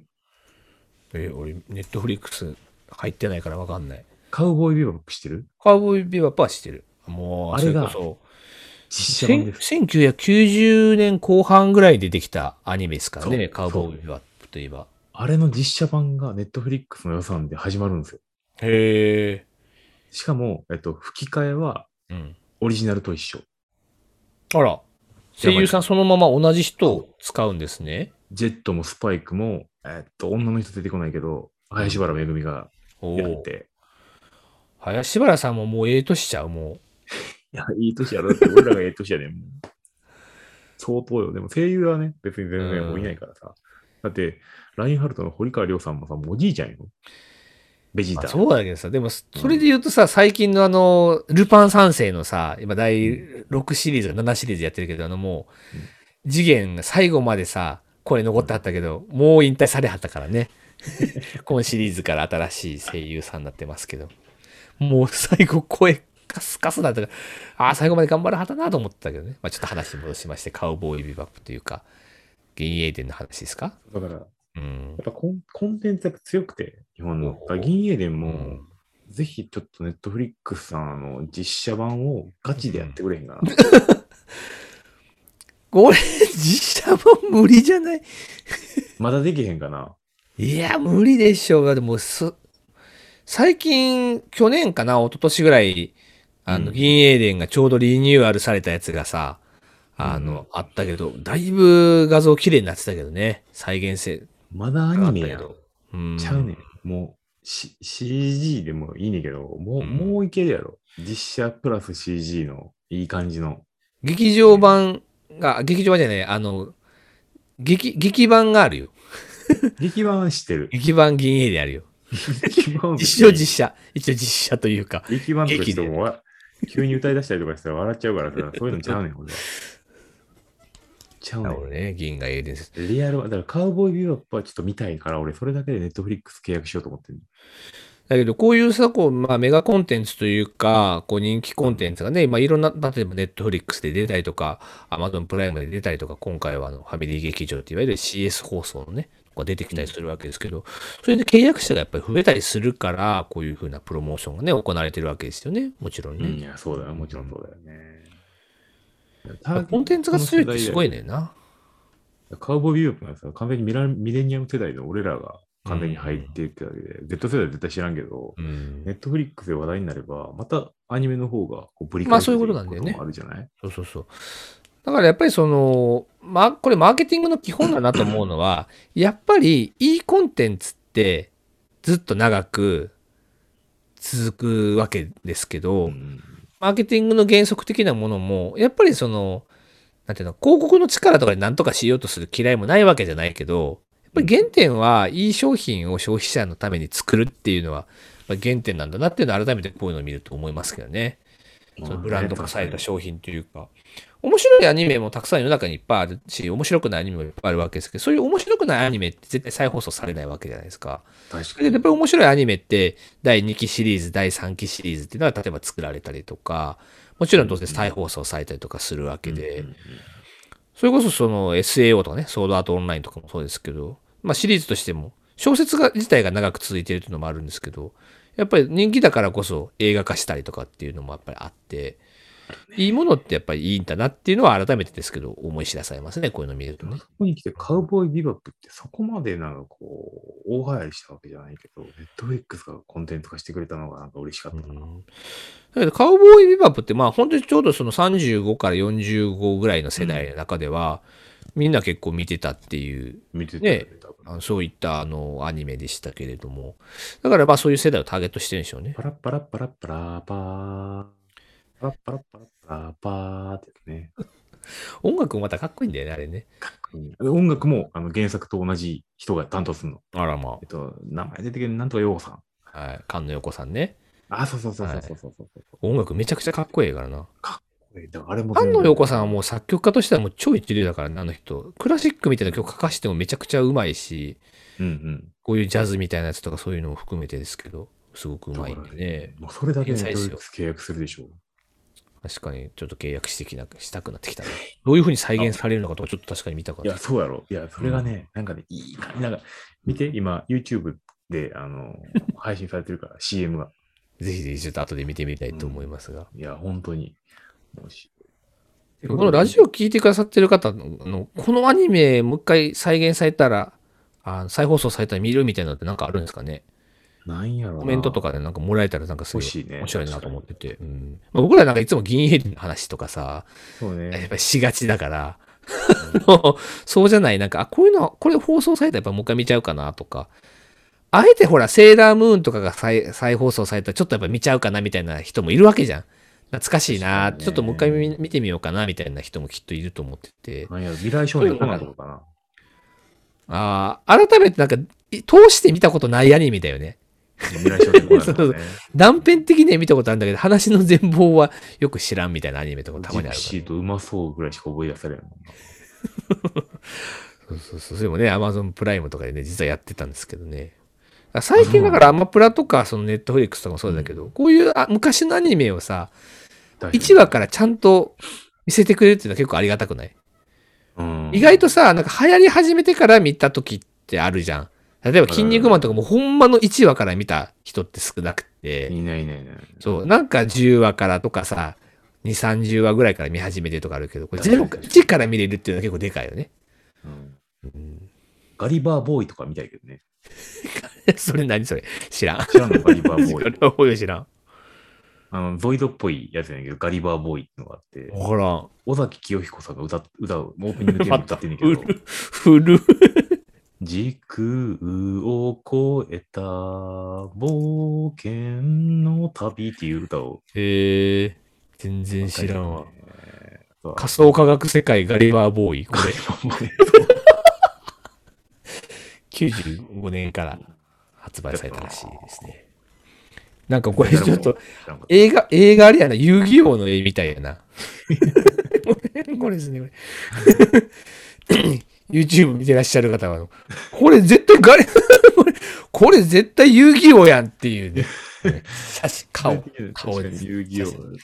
Speaker 2: え、俺、ネットフリックス入ってないからわかんない。
Speaker 1: カウボーイビバップ知ってる
Speaker 2: カーボーイビバップはしてる。もう、
Speaker 1: あれが
Speaker 2: それこそ
Speaker 1: 実写版です。
Speaker 2: せん1990年後半ぐらいでできたアニメですから
Speaker 1: そ
Speaker 2: ね、
Speaker 1: う
Speaker 2: カーボーイビバップといえば。
Speaker 1: あれの実写版がネットフリックスの予算で始まるんですよ。
Speaker 2: へ
Speaker 1: しかも、えっと、吹き替えは
Speaker 2: え。うん。
Speaker 1: オリジナルと一緒。
Speaker 2: あら、声優さんそのまま同じ人を使うんですね。
Speaker 1: ジェットもスパイクも、えっと、女の人出てこないけど、林原めぐみが
Speaker 2: お
Speaker 1: やっ
Speaker 2: お。
Speaker 1: て、
Speaker 2: 林原さんももうええとしちゃう、も
Speaker 1: いや、いい年やろだって、俺らがええ年やねん。もう相当よ。でも声優はね、別に全然もういないからさ。だって、ラインハルトの堀川亮さんもさ、もうおじいちゃんよ。ベジ
Speaker 2: う。
Speaker 1: ー
Speaker 2: まあ
Speaker 1: タ。
Speaker 2: そうだけどさ、でも、それで言うとさ、最近のあの、ルパン三世のさ、今第6シリーズ、7シリーズやってるけど、あのも
Speaker 1: う
Speaker 2: う、次元が最後までさ、声残ってはったけど、もう引退されはったから ね。今シリーズから新しい声優さんになってますけど、もう最後声カスカスだったから、ああ、最後まで頑張るはったなと思ってたけどね。まあちょっと話戻しまして、カウボーイビバップというか、幻影伝の話ですか
Speaker 1: だから、
Speaker 2: うん
Speaker 1: やっぱコンコンテンツが強くて、日本の。だから銀英伝も、ぜひちょっとネットフリックスさんの実写版をガチでやってくれへんかな。
Speaker 2: これ、実写も無理じゃない
Speaker 1: まだできへんかな。
Speaker 2: いや、無理でしょうが、でもす、最近、去年かな、一昨年ぐらい、あ
Speaker 1: う
Speaker 2: の、
Speaker 1: ん
Speaker 2: 銀英伝がちょうどリニューアルされたやつがさ、あの、あったけど、だいぶ画像綺麗になってたけどね、再現性
Speaker 1: まだア
Speaker 2: があ
Speaker 1: ニメ
Speaker 2: ったけ
Speaker 1: やろ
Speaker 2: ど。。うん
Speaker 1: ちゃうねん。もう、C、CG でもいいねんけど、もう、
Speaker 2: うん
Speaker 1: もういけるやろ。実写プラス CG のいい感じの。
Speaker 2: 劇場版が、劇場版じゃない、あの、劇、劇版があるよ。。
Speaker 1: 劇版は知ってる
Speaker 2: 劇版銀英伝あるよ。
Speaker 1: 劇版は別
Speaker 2: 一応
Speaker 1: に
Speaker 2: 実写、一応実写というか、
Speaker 1: 劇版とか
Speaker 2: 劇
Speaker 1: ち
Speaker 2: で
Speaker 1: ょっとわ急に歌い出したりとかしたら笑っちゃうからさ、そういうのちゃうねん、俺は。ちゃうねん。
Speaker 2: 俺ね、銀河英伝です。
Speaker 1: リアルは、だからカウボーイビューアップはちょっと見たいから、俺それだけでネットフリックス契約しようと思ってる。
Speaker 2: だけど、こういうさ、こう、まあ、メガコンテンツというか、こう、人気コンテンツがね、まあ、いろんな、例えば、ネットフリックスで出たりとか、アマゾンプライムで出たりとか、今回は、あの、ファミリー劇場っていわゆる CS 放送のね、が出てきたりするわけですけど、それで契約者がやっぱり増えたりするから、こういうふうなプロモーションがね、行われてるわけですよね、もちろん
Speaker 1: う
Speaker 2: ね。
Speaker 1: ん、いや、そうだよ。もちろんそうだよね。
Speaker 2: やっぱコンテンツが強いってすごい
Speaker 1: ね。
Speaker 2: ねんな。
Speaker 1: カウボーイビューアップなんですよ。完全にミラミレニアム世代の俺らが完全に入っていってたわけで、Z 世代は絶対知らんけど、
Speaker 2: うん
Speaker 1: ネットフリックスで話題になれば、またアニメの方がこうぶり
Speaker 2: まあ
Speaker 1: 返す
Speaker 2: そういうことなんだよね
Speaker 1: あるじゃない
Speaker 2: そうそうそう。だからやっぱりその、ま、これマーケティングの基本だなと思うの は、やっぱりいいコンテンツってずっと長く続くわけですけど、
Speaker 1: うん
Speaker 2: マーケティングの原則的なものも、やっぱりその、なんていうの、広告の力とかで何とかしようとする嫌いもないわけじゃないけど、やっぱり原点はいい商品を消費者のために作るっていうのは、まあ原点なんだなっていうのは改めてこういうのを見ると思いますけどね。そのブランド化された商品というか、面白いアニメもたくさん世の中にいっぱいあるし、面白くないアニメもいっぱいあるわけですけど、そういう面白くないアニメって絶対再放送されないわけじゃないですか。
Speaker 1: 確か
Speaker 2: で、
Speaker 1: に
Speaker 2: やっぱり面白いアニメって、第2期シリーズ、第3期シリーズっていうのは、例えば作られたりとか、もちろん当然再放送されたりとかするわけで
Speaker 1: うんう、ん
Speaker 2: それこそその SAO とかね、ソードアートオンラインとかもそうですけど、まあシリーズとしても、小説が自体が長く続いてるっていうのもあるんですけど、やっぱり人気だからこそ映画化したりとかっていうのもやっぱりあって、いいものってやっぱりいいんだなっていうのは改めてですけど、思い知らされますね、こういうの見ると
Speaker 1: でも
Speaker 2: ね。
Speaker 1: そこに来てカウボーイビバップってそこまでなんかこう、大流行りしたわけじゃないけど、ネットフリックスがコンテンツ化してくれたのがなんか嬉しかったな。
Speaker 2: だけど、カウボーイビバップって、まあ、本当にちょうどその35から45ぐらいの世代の中では、みんな結構見てたっていう
Speaker 1: 見てたよね
Speaker 2: ね、
Speaker 1: 多分。
Speaker 2: あのそういったあのアニメでしたけれども、だからまあそういう世代をターゲットしてるんでしょうね。
Speaker 1: パラッパラッパラッパラーパー。パラッパラッパラッパラーパーってね。
Speaker 2: 音楽もまたかっこいいんだよね、あれね。
Speaker 1: で音楽もあの原作と同じ人が担当するの。
Speaker 2: あらま
Speaker 1: えっと、名前出てけど、なんとかようさん。
Speaker 2: あ。はい。菅野横さんね。
Speaker 1: あ、そうそうそうそうそうそうそう、
Speaker 2: 音楽めちゃくちゃかっこいいからな。
Speaker 1: えだからあれも
Speaker 2: 菅
Speaker 1: 全部
Speaker 2: 野横さんはもう作曲家としてはもう超一流だからね、あの人。クラシックみたいな曲書かしてもめちゃくちゃうまいし、
Speaker 1: うんうん。
Speaker 2: こういうジャズみたいなやつとかそういうのも含めてですけど、すごくうまいんでね。
Speaker 1: もうそれだけで
Speaker 2: 天才
Speaker 1: ネッ
Speaker 2: っ
Speaker 1: ト
Speaker 2: す
Speaker 1: フ
Speaker 2: よ
Speaker 1: リックス契約するでしょう。
Speaker 2: 確かにちょっと契約してきなしたくなってきたね。どういうふうに再現されるのかとかちょっと確かに見たかっ
Speaker 1: い
Speaker 2: た
Speaker 1: や、。そうやろ。いや、それがね、なんかね、いい感じ。なんか、見て、今、YouTube で、あ の、配信されてるから、CM が。
Speaker 2: ぜひぜひちょっと後で見てみたいと思いますが。
Speaker 1: いや、本当に。面白い
Speaker 2: このラジオ聞いてくださってる方の、あのこのアニメ、もう一回再現されたら、あ再放送されたら見るみたいなのってなんかあるんですかね
Speaker 1: なんやろな。
Speaker 2: コメントと
Speaker 1: か。
Speaker 2: かでなんかもらえたらなんかすごい
Speaker 1: 欲しいね
Speaker 2: 面白いなと思ってて。うんまあ僕らなんかいつも銀兵の話とかさ、
Speaker 1: そう
Speaker 2: やっ
Speaker 1: ね。
Speaker 2: ぱりしがちだから、 あのそうじゃない、なんか、あ、こういうの、これ放送されたらやっぱもう一回見ちゃうかなとか、あえてほら、セーラームーンとかが再再放送されたらちょっとやっぱ見ちゃうかなみたいな人もいるわけじゃん。懐かしい
Speaker 1: 確か
Speaker 2: な、
Speaker 1: にね
Speaker 2: ちょっともう一回見見てみようかなみたいな人もきっといると思ってて。
Speaker 1: なんやろ、未来少年コナンとかかな。
Speaker 2: ああ、改めてなんか、い通して見たことないアニメだよね。
Speaker 1: 未来少年コナンとかね。
Speaker 2: 断片的には見たことあるんだけど、話の全貌はよく知らんみたいなアニメとかたま
Speaker 1: ジプ
Speaker 2: にあるから
Speaker 1: シーとうまそうぐらいしか覚え出されないもんな。
Speaker 2: そうそうそう。それもね、アマゾンプライムとかでね、実はやってたんですけどね。だから最近だからアマプラとか、そのネットフリックスとかもそうだけど、こういうあ昔のアニメをさ、
Speaker 1: 確かに
Speaker 2: 1話からちゃんと見せてくれるっていうのは結構ありがたくない、
Speaker 1: うん
Speaker 2: 意外とさ、なんか流行り始めてから見た時っってあるじゃん。例えば、筋肉マンとかもほんまの1話から見た人って少なくて、
Speaker 1: いないいないいない。
Speaker 2: そう、なんか10話からとかさ、2、30話ぐらいから見始めてとかあるけど、これ0か、1から見れるっていうのは結構でかいよね。
Speaker 1: うんガリバーボーイとか見たいけどね。
Speaker 2: それ何それ知らん。
Speaker 1: 知らんのガリバーボ
Speaker 2: そ
Speaker 1: ーイ
Speaker 2: れ。はほよ知らん。
Speaker 1: あの、ゾイドっぽいやつやねんけど、ガリバーボーイってのがあって、
Speaker 2: わからん。
Speaker 1: 尾崎清彦さんが歌っ歌う、オープニングテーマ歌ってんねんけ
Speaker 2: う
Speaker 1: ど、
Speaker 2: る、古る。
Speaker 1: 時空を越えた冒険の旅っていう歌を。
Speaker 2: へえ全然知らんわ。
Speaker 1: そう。
Speaker 2: 仮想科学世界ガリバーボーイ。こ れ、95年から発売されたらしいですね。なんかこれちょっと、映画、映画あれやな、遊戯王の絵みたいやな。 これですね、これ。YouTube 見てらっしゃる方はあの、これ絶対ガレ、 これ、これ絶対遊戯王やんっていうね。写真、顔、顔
Speaker 1: 顔で
Speaker 2: です。
Speaker 1: 遊戯王だっ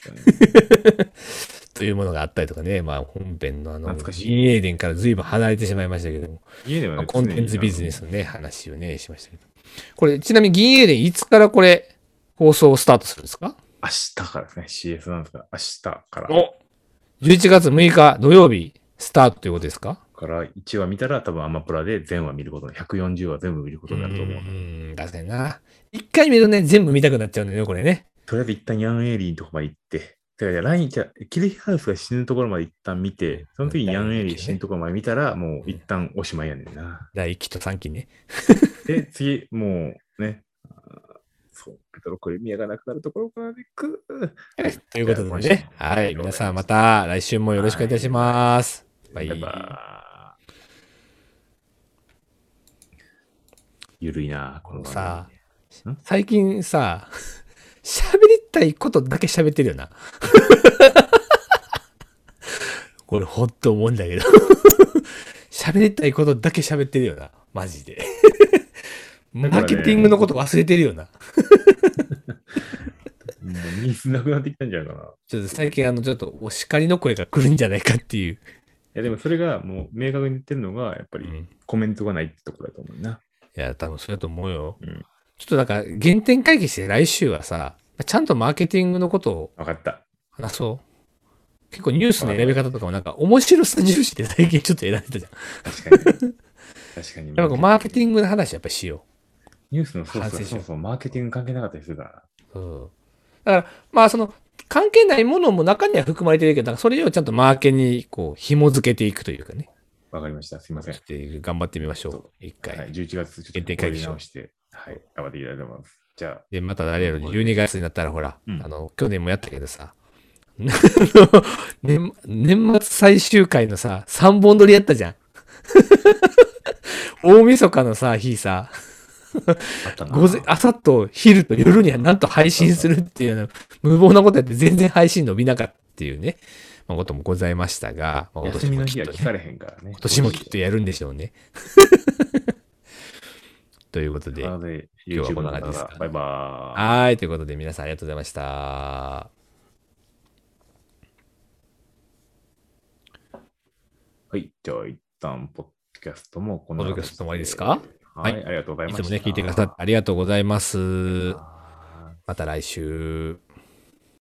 Speaker 1: たね。
Speaker 2: というものがあったりとかね、まあ本編のあの、
Speaker 1: 懐かしい
Speaker 2: 陰影伝から随分離れてしまいましたけども、
Speaker 1: 家では
Speaker 2: まあ
Speaker 1: ね
Speaker 2: コンテンツビジネスのね、話をね、しましたけど。これ、ちなみに銀英伝いつからこれ、放送をスタートするんですか
Speaker 1: 明日からですね、CS なんですが、明日から。
Speaker 2: お !11 月6日土曜日スタートということですか
Speaker 1: から1話見たら多分アマプラで全話見ることに、140話全部見ることになると思う。
Speaker 2: ん、確かにな。一回見るとね、全部見たくなっちゃうんだよね、これね。
Speaker 1: とりあえず一旦ヤンエイリーのとこまで行って、てかじゃあラインじゃあキルヒハウスが死ぬところまで一旦見て、その時にヤンエイリー死ぬところまで見たら、もう一旦おしまいやねんな。
Speaker 2: 第1期と3期ね。
Speaker 1: で、次、もうね、あーそう、ペトロクレミアがなくなるところからでくー。
Speaker 2: ということでね。はい、皆さんまた来週もよろしくお願いいたします。バイ
Speaker 1: や
Speaker 2: バ
Speaker 1: っ
Speaker 2: イ。
Speaker 1: ぱ、ゆるいな、この
Speaker 2: さ
Speaker 1: あ。
Speaker 2: 最近さ、 喋りたいことだけ喋ってるよな。 これほんと思うんだけど。 喋りたいことだけ喋ってるよな。マジで。マーケティングのこと忘れてるよな。
Speaker 1: もうニーズなくなってきたんじゃないかな。い
Speaker 2: ちょっと最近あの、ちょっとお叱りの声が来るんじゃないかっていう。
Speaker 1: や、でもそれがもう明確に言ってるのが、やっぱ
Speaker 2: う
Speaker 1: り
Speaker 2: ん
Speaker 1: コメントがないってところだと思うな。
Speaker 2: いや、多分それだと思うよ。
Speaker 1: うん
Speaker 2: ちょっとなんか、原点回帰して来週はさ、ちゃんとマーケティングのことを
Speaker 1: わかった。
Speaker 2: 話そう。結構ニュースの選び方とかもなんか面白さ重視で最近ちょっと選んでたじゃん。
Speaker 1: 確 かに。確かに。
Speaker 2: やっぱこうマーケティングの話やっぱりしよ
Speaker 1: ニュースのソース
Speaker 2: 反省
Speaker 1: が
Speaker 2: し
Speaker 1: そ
Speaker 2: よう
Speaker 1: もそもマーケティング関係なかったりするからな。
Speaker 2: う。うん。だから、まあその、関係ないものも中には含まれてるけど、なんかそれをちゃんとマーケにこう、紐付けていくというかね。
Speaker 1: わかりました。すいません
Speaker 2: ちょ。っと頑張ってみましょう。一
Speaker 1: は
Speaker 2: 回。
Speaker 1: い、11月、ちょっ
Speaker 2: 限
Speaker 1: と
Speaker 2: 定
Speaker 1: こ
Speaker 2: 会
Speaker 1: れ
Speaker 2: 議しよう
Speaker 1: 直して、はい、頑張っていきたいと思います。じゃあ、
Speaker 2: で、またあれやろ、12月になったらほら、
Speaker 1: うん
Speaker 2: あの、去年もやったけどさ、 年年末最終回のさ、3本撮りやったじゃん。 大晦日のさ、日さ、
Speaker 1: あったな。
Speaker 2: 午前、朝と昼と夜にはなんと配信するっていうような無謀なことやって全然配信伸びなかったっていうね、まあ、こともございましたが、まあ、今
Speaker 1: 休
Speaker 2: 年
Speaker 1: み
Speaker 2: も
Speaker 1: の
Speaker 2: き
Speaker 1: 日
Speaker 2: っ
Speaker 1: は
Speaker 2: とね
Speaker 1: 聞かれへんからね。
Speaker 2: 今年もきっとやるんでしょうね。 ということで、
Speaker 1: なので、
Speaker 2: 今日
Speaker 1: YouTube
Speaker 2: はこん
Speaker 1: の
Speaker 2: な
Speaker 1: 方
Speaker 2: 感じですか
Speaker 1: 々バイバーイ。
Speaker 2: はい、ということで皆さんありがとうございました。
Speaker 1: はい、じゃあ、一旦、ポッドキャストもこん
Speaker 2: ポ
Speaker 1: な
Speaker 2: ッ
Speaker 1: 感
Speaker 2: ド
Speaker 1: じ
Speaker 2: キャスト終わりですか
Speaker 1: はい、
Speaker 2: はい
Speaker 1: ありがとうござい
Speaker 2: い
Speaker 1: ま
Speaker 2: つ
Speaker 1: す。
Speaker 2: もね、聞いてくださってありがとうございます。
Speaker 1: た。
Speaker 2: また来週。